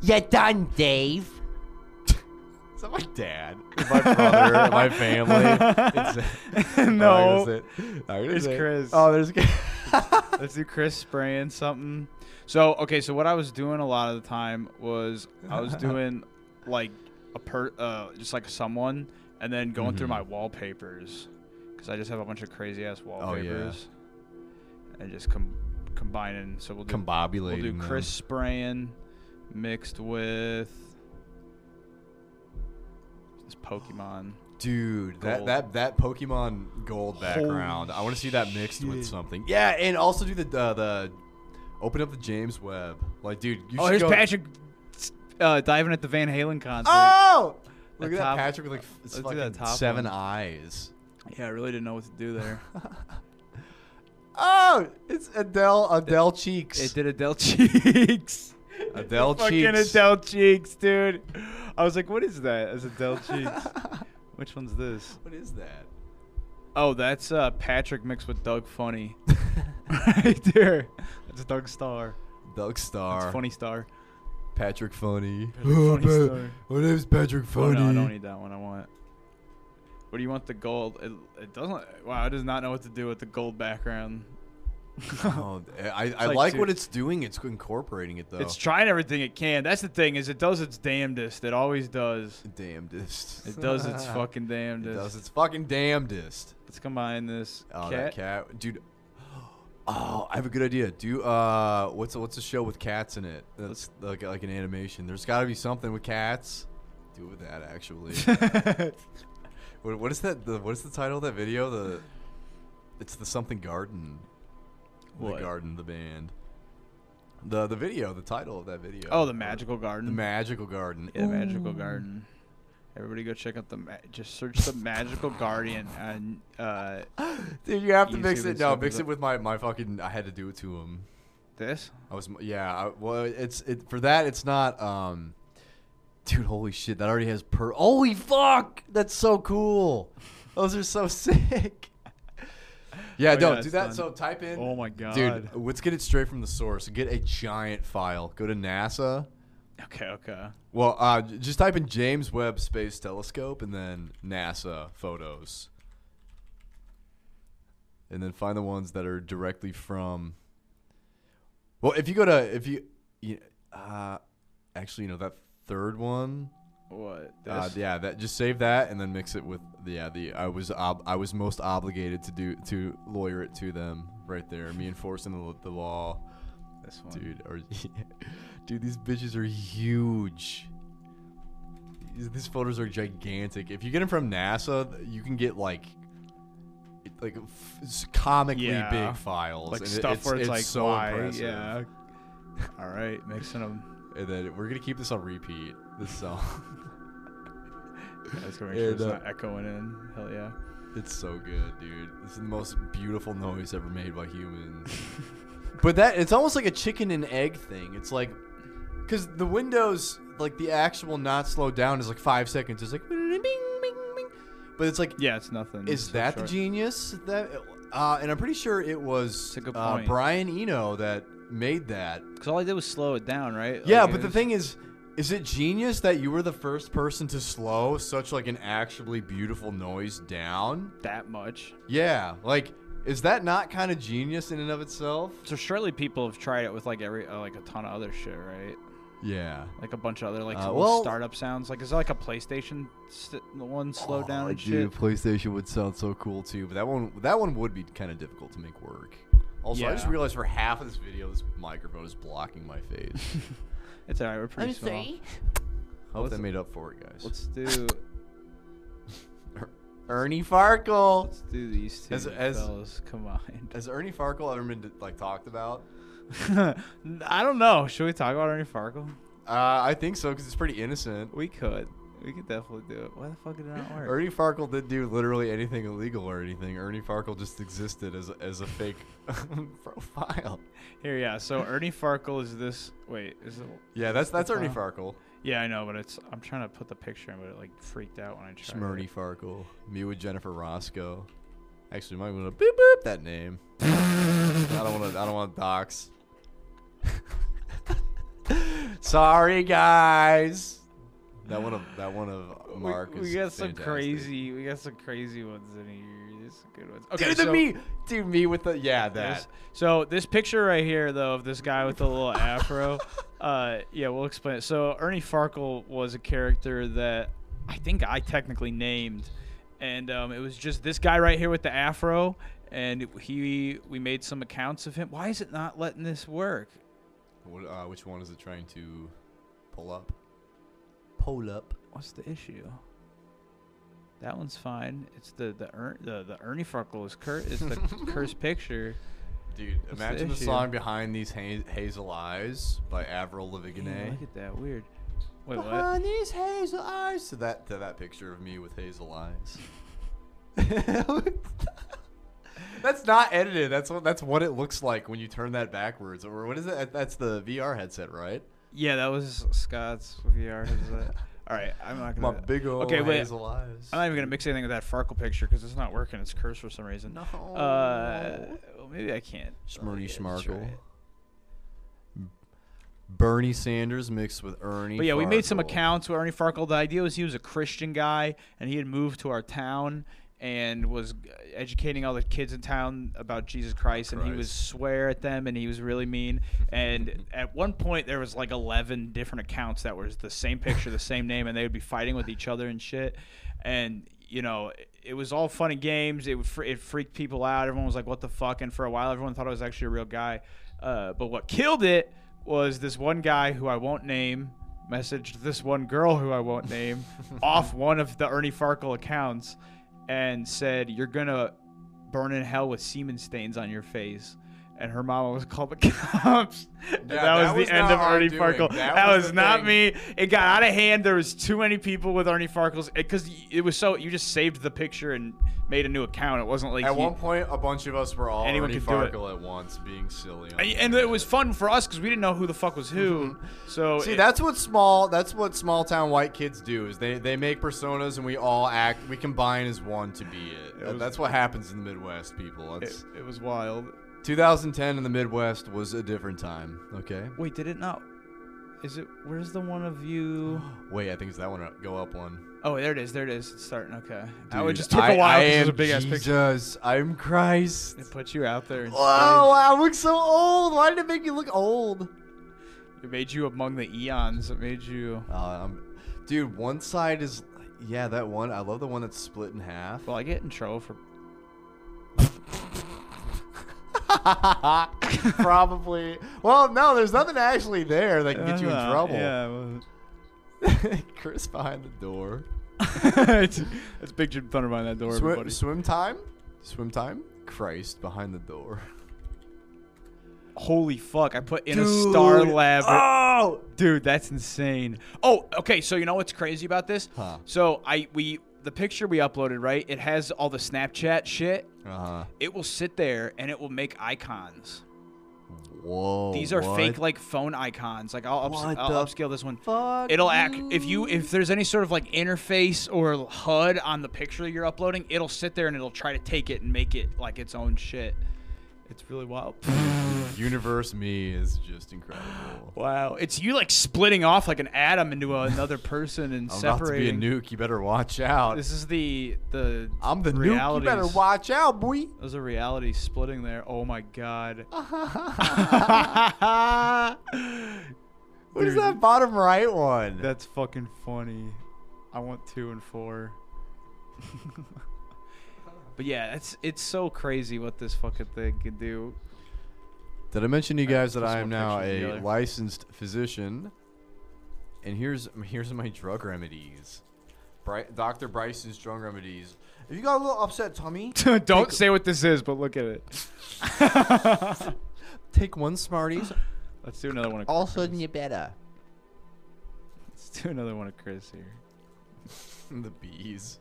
S12: You're done, Dave.
S3: Is that my dad? my brother? my family? It's, Oh,
S8: No.
S3: there's it. Oh, there's
S8: It's
S3: it.
S8: Chris.
S3: Oh, there's.
S8: Let's do Chris spraying something. So okay, so what I was doing a lot of the time was I was doing like a per uh, just like someone, and then going through my wallpapers because I just have a bunch of crazy ass wallpapers, and just com- combining. So we'll do we'll
S3: Combobulating.
S8: do
S3: them.
S8: Chris spraying mixed with this Pokemon.
S3: Dude, that,
S8: Gold.
S3: that that Pokemon Gold background. I want to see that mixed with something. Yeah, and also do the the, the open up the James Webb. Like, dude, you
S8: Oh,
S3: should
S8: here's
S3: go,
S8: Patrick uh, diving at the Van Halen concert.
S3: Oh, look
S8: The
S3: at that
S8: top-
S3: Patrick with like f-
S8: let's do
S3: fucking
S8: that top
S3: seven
S8: one.
S3: eyes.
S8: Yeah, I really didn't know what to do there.
S3: Oh, it's Adele Adele cheeks.
S8: It did Adele cheeks.
S3: Adele
S8: Fucking
S3: cheeks.
S8: Adele cheeks, dude. I was like, what is that? That's Adele cheeks. Which one's this?
S3: What is that?
S8: Oh, that's uh, Patrick mixed with Doug Funny. right there. That's Doug Star.
S3: Doug Star.
S8: It's Funny Star.
S3: Patrick Funny. Oh,
S8: Funny story.
S3: My name's Patrick
S8: Oh,
S3: Funny.
S8: no, I don't need that one. I want. What do you want the gold? It, it doesn't. Wow, it does not know what to do with the gold background.
S3: Oh, I, I
S8: like,
S3: like,
S8: dude-
S3: what it's doing. It's incorporating it though.
S8: It's trying everything it can. That's the thing is, it does its damnedest. It always does.
S3: damnedest.
S8: It does its fucking
S3: It
S8: damnedest.
S3: does its fucking damnedest.
S8: Let's combine this.
S3: Oh,
S8: cat.
S3: that cat, dude. Oh, I have a good idea. Do uh, what's what's a show with cats in it? That's like like an animation. There's got to be something with cats. Do it with that actually. what, what is that? The what is the title of that video? The it's the something garden.
S8: What?
S3: The garden, the band. The the video, the title of that video.
S8: Oh, the magical garden.
S3: The magical garden.
S8: yeah, the magical garden. Everybody, go check out the. Ma- just search the magical guardian and. Uh,
S3: Dude, you have to
S8: You
S3: mix
S8: see
S3: it.
S8: this
S3: No,
S8: stuff
S3: mix
S8: is
S3: it
S8: up-
S3: with my my fucking. I had to do it to him.
S8: this.
S3: I was yeah. I, well, it's it for that. It's not. Um, dude, holy shit! That already has per. Holy fuck! That's so cool. Those are so sick. Yeah,
S8: Oh,
S3: don't
S8: yeah,
S3: do
S8: it's
S3: that.
S8: done.
S3: So type in.
S8: Oh my god.
S3: Dude, let's get it straight from the source. Get a giant file. Go to NASA.
S8: Okay. Okay.
S3: Well, uh, j- just type in James Webb Space Telescope and then NASA photos. And then find the ones that are directly from. Well, if you go to if you, you uh, actually, you know that third one.
S8: What? This.
S3: Uh, yeah, that just save that and then mix it with the yeah the I was ob- I was most obligated to do to lawyer it to them right there. Me enforcing the, the law,
S8: This one.
S3: dude. Or dude, these bitches are huge. These, these photos are gigantic. If you get them from NASA, th- you can get like it- like f- s- comically
S8: Yeah.
S3: big files,
S8: Like
S3: and it-
S8: stuff where it's, like
S3: so
S8: why?
S3: impressive.
S8: Yeah. All right, mixing them.
S3: And then we're gonna keep this on repeat. This song.
S8: Let's go make sure it's
S3: And, uh,
S8: not echoing in. Hell yeah.
S3: It's so good, dude. This is the most beautiful noise ever made by humans. but that it's almost like a chicken and egg thing. It's like cuz the windows like the actual not slowed down is like 5 seconds. It's like bing bing bing. But it's like
S8: Yeah, it's nothing.
S3: is
S8: So
S3: that the
S8: short.
S3: genius that uh, and I'm pretty sure it was
S8: It's a good
S3: uh,
S8: point. Oh,
S3: Brian Eno that made that.
S8: Because all I did was slow it down, right?
S3: Yeah,
S8: Like,
S3: but
S8: it
S3: the
S8: was-
S3: thing is, is it genius that you were the first person to slow such like an actually beautiful noise down?
S8: that much.
S3: Yeah, like is that not kind of genius in and of itself?
S8: So surely people have tried it with like every uh, like a ton of other shit, right?
S3: Yeah.
S8: Like a bunch of other like
S3: Uh,
S8: little
S3: well-
S8: startup sounds. Like is there like a PlayStation st- one slow down and shit?
S3: PlayStation would sound so cool too, but that one that one would be kind of difficult to make work. Also, I just
S8: Yeah.
S3: realized for half of this video, this microphone is blocking my face.
S8: It's alright. We're pretty small.
S3: I hope that made up for it, guys.
S8: Let's do
S3: Ernie Farkle.
S8: let's do these two
S3: As- as-
S8: fellas combined.
S3: Has Ernie Farkle ever been like talked about?
S8: I don't know. Should we talk about Ernie Farkle?
S3: Uh, I think so because it's pretty innocent.
S8: We could. We could definitely do it. Why the fuck did it not work?
S3: Ernie Farkle didn't do literally anything illegal or anything. Ernie Farkle just existed as as a fake profile.
S8: Here, yeah. So Ernie Farkle is this. Wait, is it?
S3: Yeah, that's that's Ernie
S8: Wow.
S3: Farkle.
S8: Yeah, I know, but it's. I'm trying to put the picture in, but it like freaked out when I tried.
S3: Ernie
S8: it.
S3: Farkle. Me with Jennifer Roscoe. Actually, might want to beep boop that name. I don't want to. I don't want docs. Sorry, guys. That one of that one of
S8: We-
S3: Mark.
S8: We,
S3: is
S8: got some
S3: fantastic.
S8: crazy. We got some crazy ones in here. There's some good ones. Okay,
S3: Dude,
S8: so
S3: the me, dude, me with the yeah
S8: This,
S3: that.
S8: so this picture right here, though, of this guy with the little afro. Uh, yeah, we'll explain it. So Ernie Farkle was a character that I think I technically named, and um, it was just this guy right here with the afro, and he we made some accounts of him. Why is it not letting this work?
S3: What, uh, which one is it trying to pull up? Pull up.
S8: What's the issue? That one's fine. It's the the er, the, the Ernie Farkle is cur- is the cursed picture.
S3: Dude,
S8: the
S3: imagine the,
S8: issue?
S3: song behind these ha- hazel eyes by Avril
S8: Damn,
S3: Lavigne.
S8: look at that weird. Wait, what?
S3: Behind these hazel eyes. To that, to that picture of me with hazel eyes. that's not edited. That's what that's what it looks like when you turn that backwards. Or what is that? That's the VR headset, right?
S8: Yeah, that was Scott's VR headset. All right, I'm not
S3: My
S8: gonna.
S3: big old
S8: okay, wait.
S3: hazel eyes.
S8: I'm not even gonna mix anything with that Farkle picture because it's not working. It's cursed for some reason. No. Uh, well, maybe I can't.
S3: Smarty
S8: yeah, let's try
S3: Smarkle.
S8: it.
S3: Bernie Sanders mixed with Ernie.
S8: But yeah, we made some
S3: Farkle.
S8: accounts with Ernie Farkle. The idea was he was a Christian guy, and he had moved to our town and was educating all the kids in town about Jesus Christ, and he was
S3: Christ.
S8: swear at them, and he was really mean. And at one point, there was like eleven different accounts that was the same picture, the same name, and they would be fighting with each other and shit. And you know, it was all fun and games. It would fr- it freaked people out. Everyone was like, "What the fuck?" And for a while, everyone thought I was actually a real guy. Uh, but what killed it was this one guy who I won't name messaged this one girl who I won't name off one of the Ernie Farkle accounts and said, "You're gonna burn in hell with semen stains on your face." And her mama was called the cops. And
S3: Yeah,
S8: that was
S3: that
S8: the
S3: was
S8: end
S3: not
S8: of
S3: our
S8: Ernie
S3: doing.
S8: Farkle. That,
S3: That
S8: was,
S3: was the
S8: not
S3: thing.
S8: me. It got out of hand. There was too many people with Ernie Farkle's because it was so. You just saved the picture and made a new account. It wasn't like
S3: At
S8: he-
S3: one point, a bunch of us were all
S8: Anyone
S3: Ernie
S8: could do it.
S3: Farkle at once, being silly. on
S8: And- And it was fun for us because we didn't know who the fuck was who. So
S3: Mm-hmm. See,
S8: it-
S3: that's what small that's what small town white kids do is they, they make personas and we all act we combine as one to be it.
S8: It was-
S3: that's what happens in the Midwest, people.
S8: it,
S3: That's,
S8: it was wild.
S3: 2010 in the Midwest was a different time. Okay.
S8: Wait, did it not? Is it? Where's the one of you?
S3: Wait, I think it's that one. up- Go up one.
S8: Oh, there it is. There it is. It's starting. Okay. I
S3: Dude,
S8: would just took
S3: I-
S8: a while.
S3: I
S8: 'cause it
S3: am
S8: was a big ass picture.
S3: Jesus. I'm Christ.
S8: It put you out there. And
S3: Wow, I look so old. Why did it make you look old?
S8: It made you among the eons. It made you.
S3: Uh, I'm, dude, one side is yeah, that one. I love the one that's split in half.
S8: Well, I get in trouble for.
S3: Ah, Probably. Well, no, there's nothing actually there that can get you in
S8: Uh,
S3: trouble.
S8: Yeah. well-
S3: Chris behind the door.
S8: it's, it's Big Jim Thunder behind that door,
S3: Swim,
S8: everybody.
S3: swim time? Swim time? Christ behind the door.
S8: Holy fuck! I put in a Star
S3: Dude.
S8: Lab.
S3: Oh!
S8: Dude, that's insane. ah! Oh, okay. So you know what's crazy about this?
S3: Huh.
S8: So I we the picture we uploaded, right? It has all the Snapchat shit.
S3: Uh-huh.
S8: It will sit there and it will make icons.
S3: Whoa.
S8: These are
S3: Oh, what?
S8: fake like phone icons. Like I'll, ups-
S5: What
S8: I'll
S5: the
S8: upscale this one.
S5: fuck,
S8: It'll act if you if there's any sort of like interface or HUD on the picture you're uploading, it'll sit there and it'll try to take it and make it like its own shit. It's really wild.
S3: Universe me is just incredible.
S8: Wow, it's you like splitting off like an atom into another person and
S3: I'm
S8: separating.
S3: about to be a nuke. You better watch out.
S8: This is the the
S3: I'm the nuke. You
S8: realities.
S3: better watch out, boy.
S8: There's a reality splitting there. Oh my god.
S3: What is
S8: Dude.
S3: that bottom right one?
S8: That's fucking funny. I want two and four. but yeah, it's it's so crazy what this fucking thing can do.
S3: Did I mention to you guys that
S8: put some
S3: I am
S8: more
S3: now
S8: pictures
S3: a
S8: together.
S3: licensed physician? And here's here's my drug remedies. Bri- Dr. Bryson's drug remedies. If you got a little upset tummy,
S8: Don't say what this is, but look at it.
S3: take one Smarties.
S8: Let's do another one. Of,
S3: All of a sudden, you're better.
S8: let's do another one of Chris here.
S3: the bees.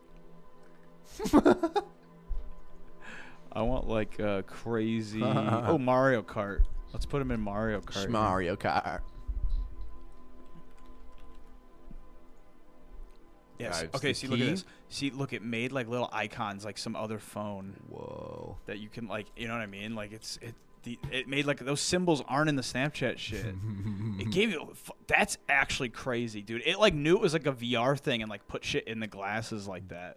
S8: I want like uh, crazy. oh, Mario Kart. Let's put him in Mario Kart.
S3: Mario Kart.
S8: Yes.
S3: Vibes. The
S8: okay. See, look at
S3: key?
S8: this. See, look, it made like little icons, like some other phone
S3: Whoa.
S8: that you can like. You know what I mean? Like it's it. The, it made like those symbols aren't in the Snapchat shit. it gave you. fu- That's actually crazy, dude. It like knew it was like a VR thing and like put shit in the glasses like that.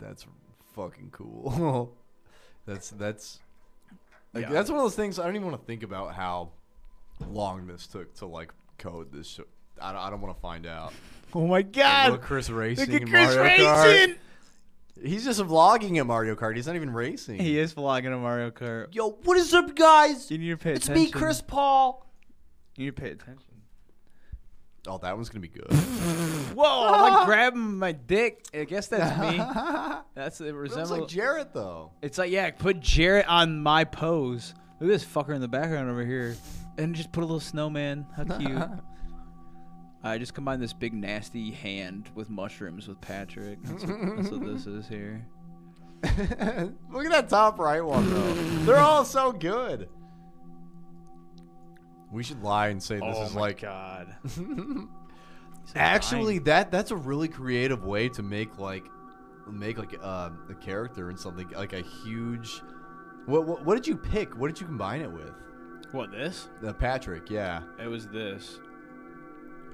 S3: That's fucking cool. that's that's like,
S8: Yeah.
S3: that's one of those things I don't even want to think about how long this took to like code this. Sh- I don't, I don't want to find out.
S8: Oh my
S3: Look
S8: god!
S3: at Chris racing.
S8: Look at
S3: in
S8: Chris
S3: Mario Kart.
S8: racing.
S3: He's just vlogging at Mario Kart. He's not even racing.
S8: He is vlogging a Mario Kart.
S5: Yo, what is up, guys?
S8: You need to pay
S5: It's
S8: attention.
S5: me, Chris Paul.
S8: You need to pay attention.
S3: Oh, that one's gonna be good.
S8: Whoa! Oh, I'm like grabbing my dick. I guess that's me. That's it.
S3: Sounds
S8: Resembles
S3: like Jarrett though.
S8: It's like, yeah, put Jarrett on my pose. Look at this fucker in the background over here. And just put a little snowman. How cute. I just combined this big nasty hand with mushrooms with Patrick. That's what, that's what this is here.
S3: Look at that top right one though. They're all so good. We should lie and say this is like
S8: Oh God.
S3: Actually, that that's a really creative way to make like make like uh, a character and something like a huge. What, what what did you pick? What did you combine it with?
S8: What this?
S3: The Patrick, yeah.
S8: It was this.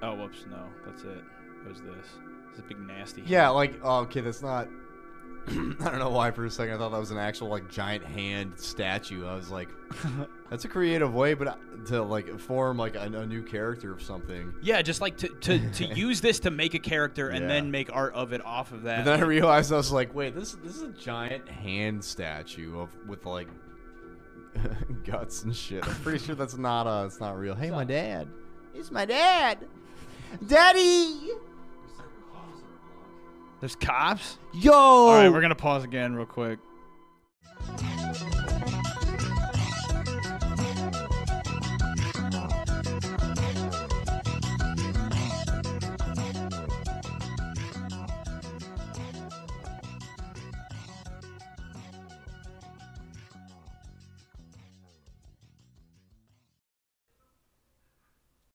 S8: Oh, whoops! No, that's it. It was this. It's a big nasty. hand.
S3: Yeah, like oh, okay, that's not. I don't know why for a second I thought that was an actual like giant hand statue. I was like, that's a creative way, but I- to like form like a, a new character of something.
S8: Yeah, just like to, to, to use this to make a character and
S3: Yeah.
S8: then make art of it off of that.
S3: And then I realized I was like, wait, this this is a giant hand statue of with like guts and shit. I'm pretty sure that's not uh, it's not real. Hey, my dad.
S13: It's my dad. Daddy!
S8: There's cops.
S13: Yo!
S3: Oh.
S8: All right, we're gonna pause again real quick.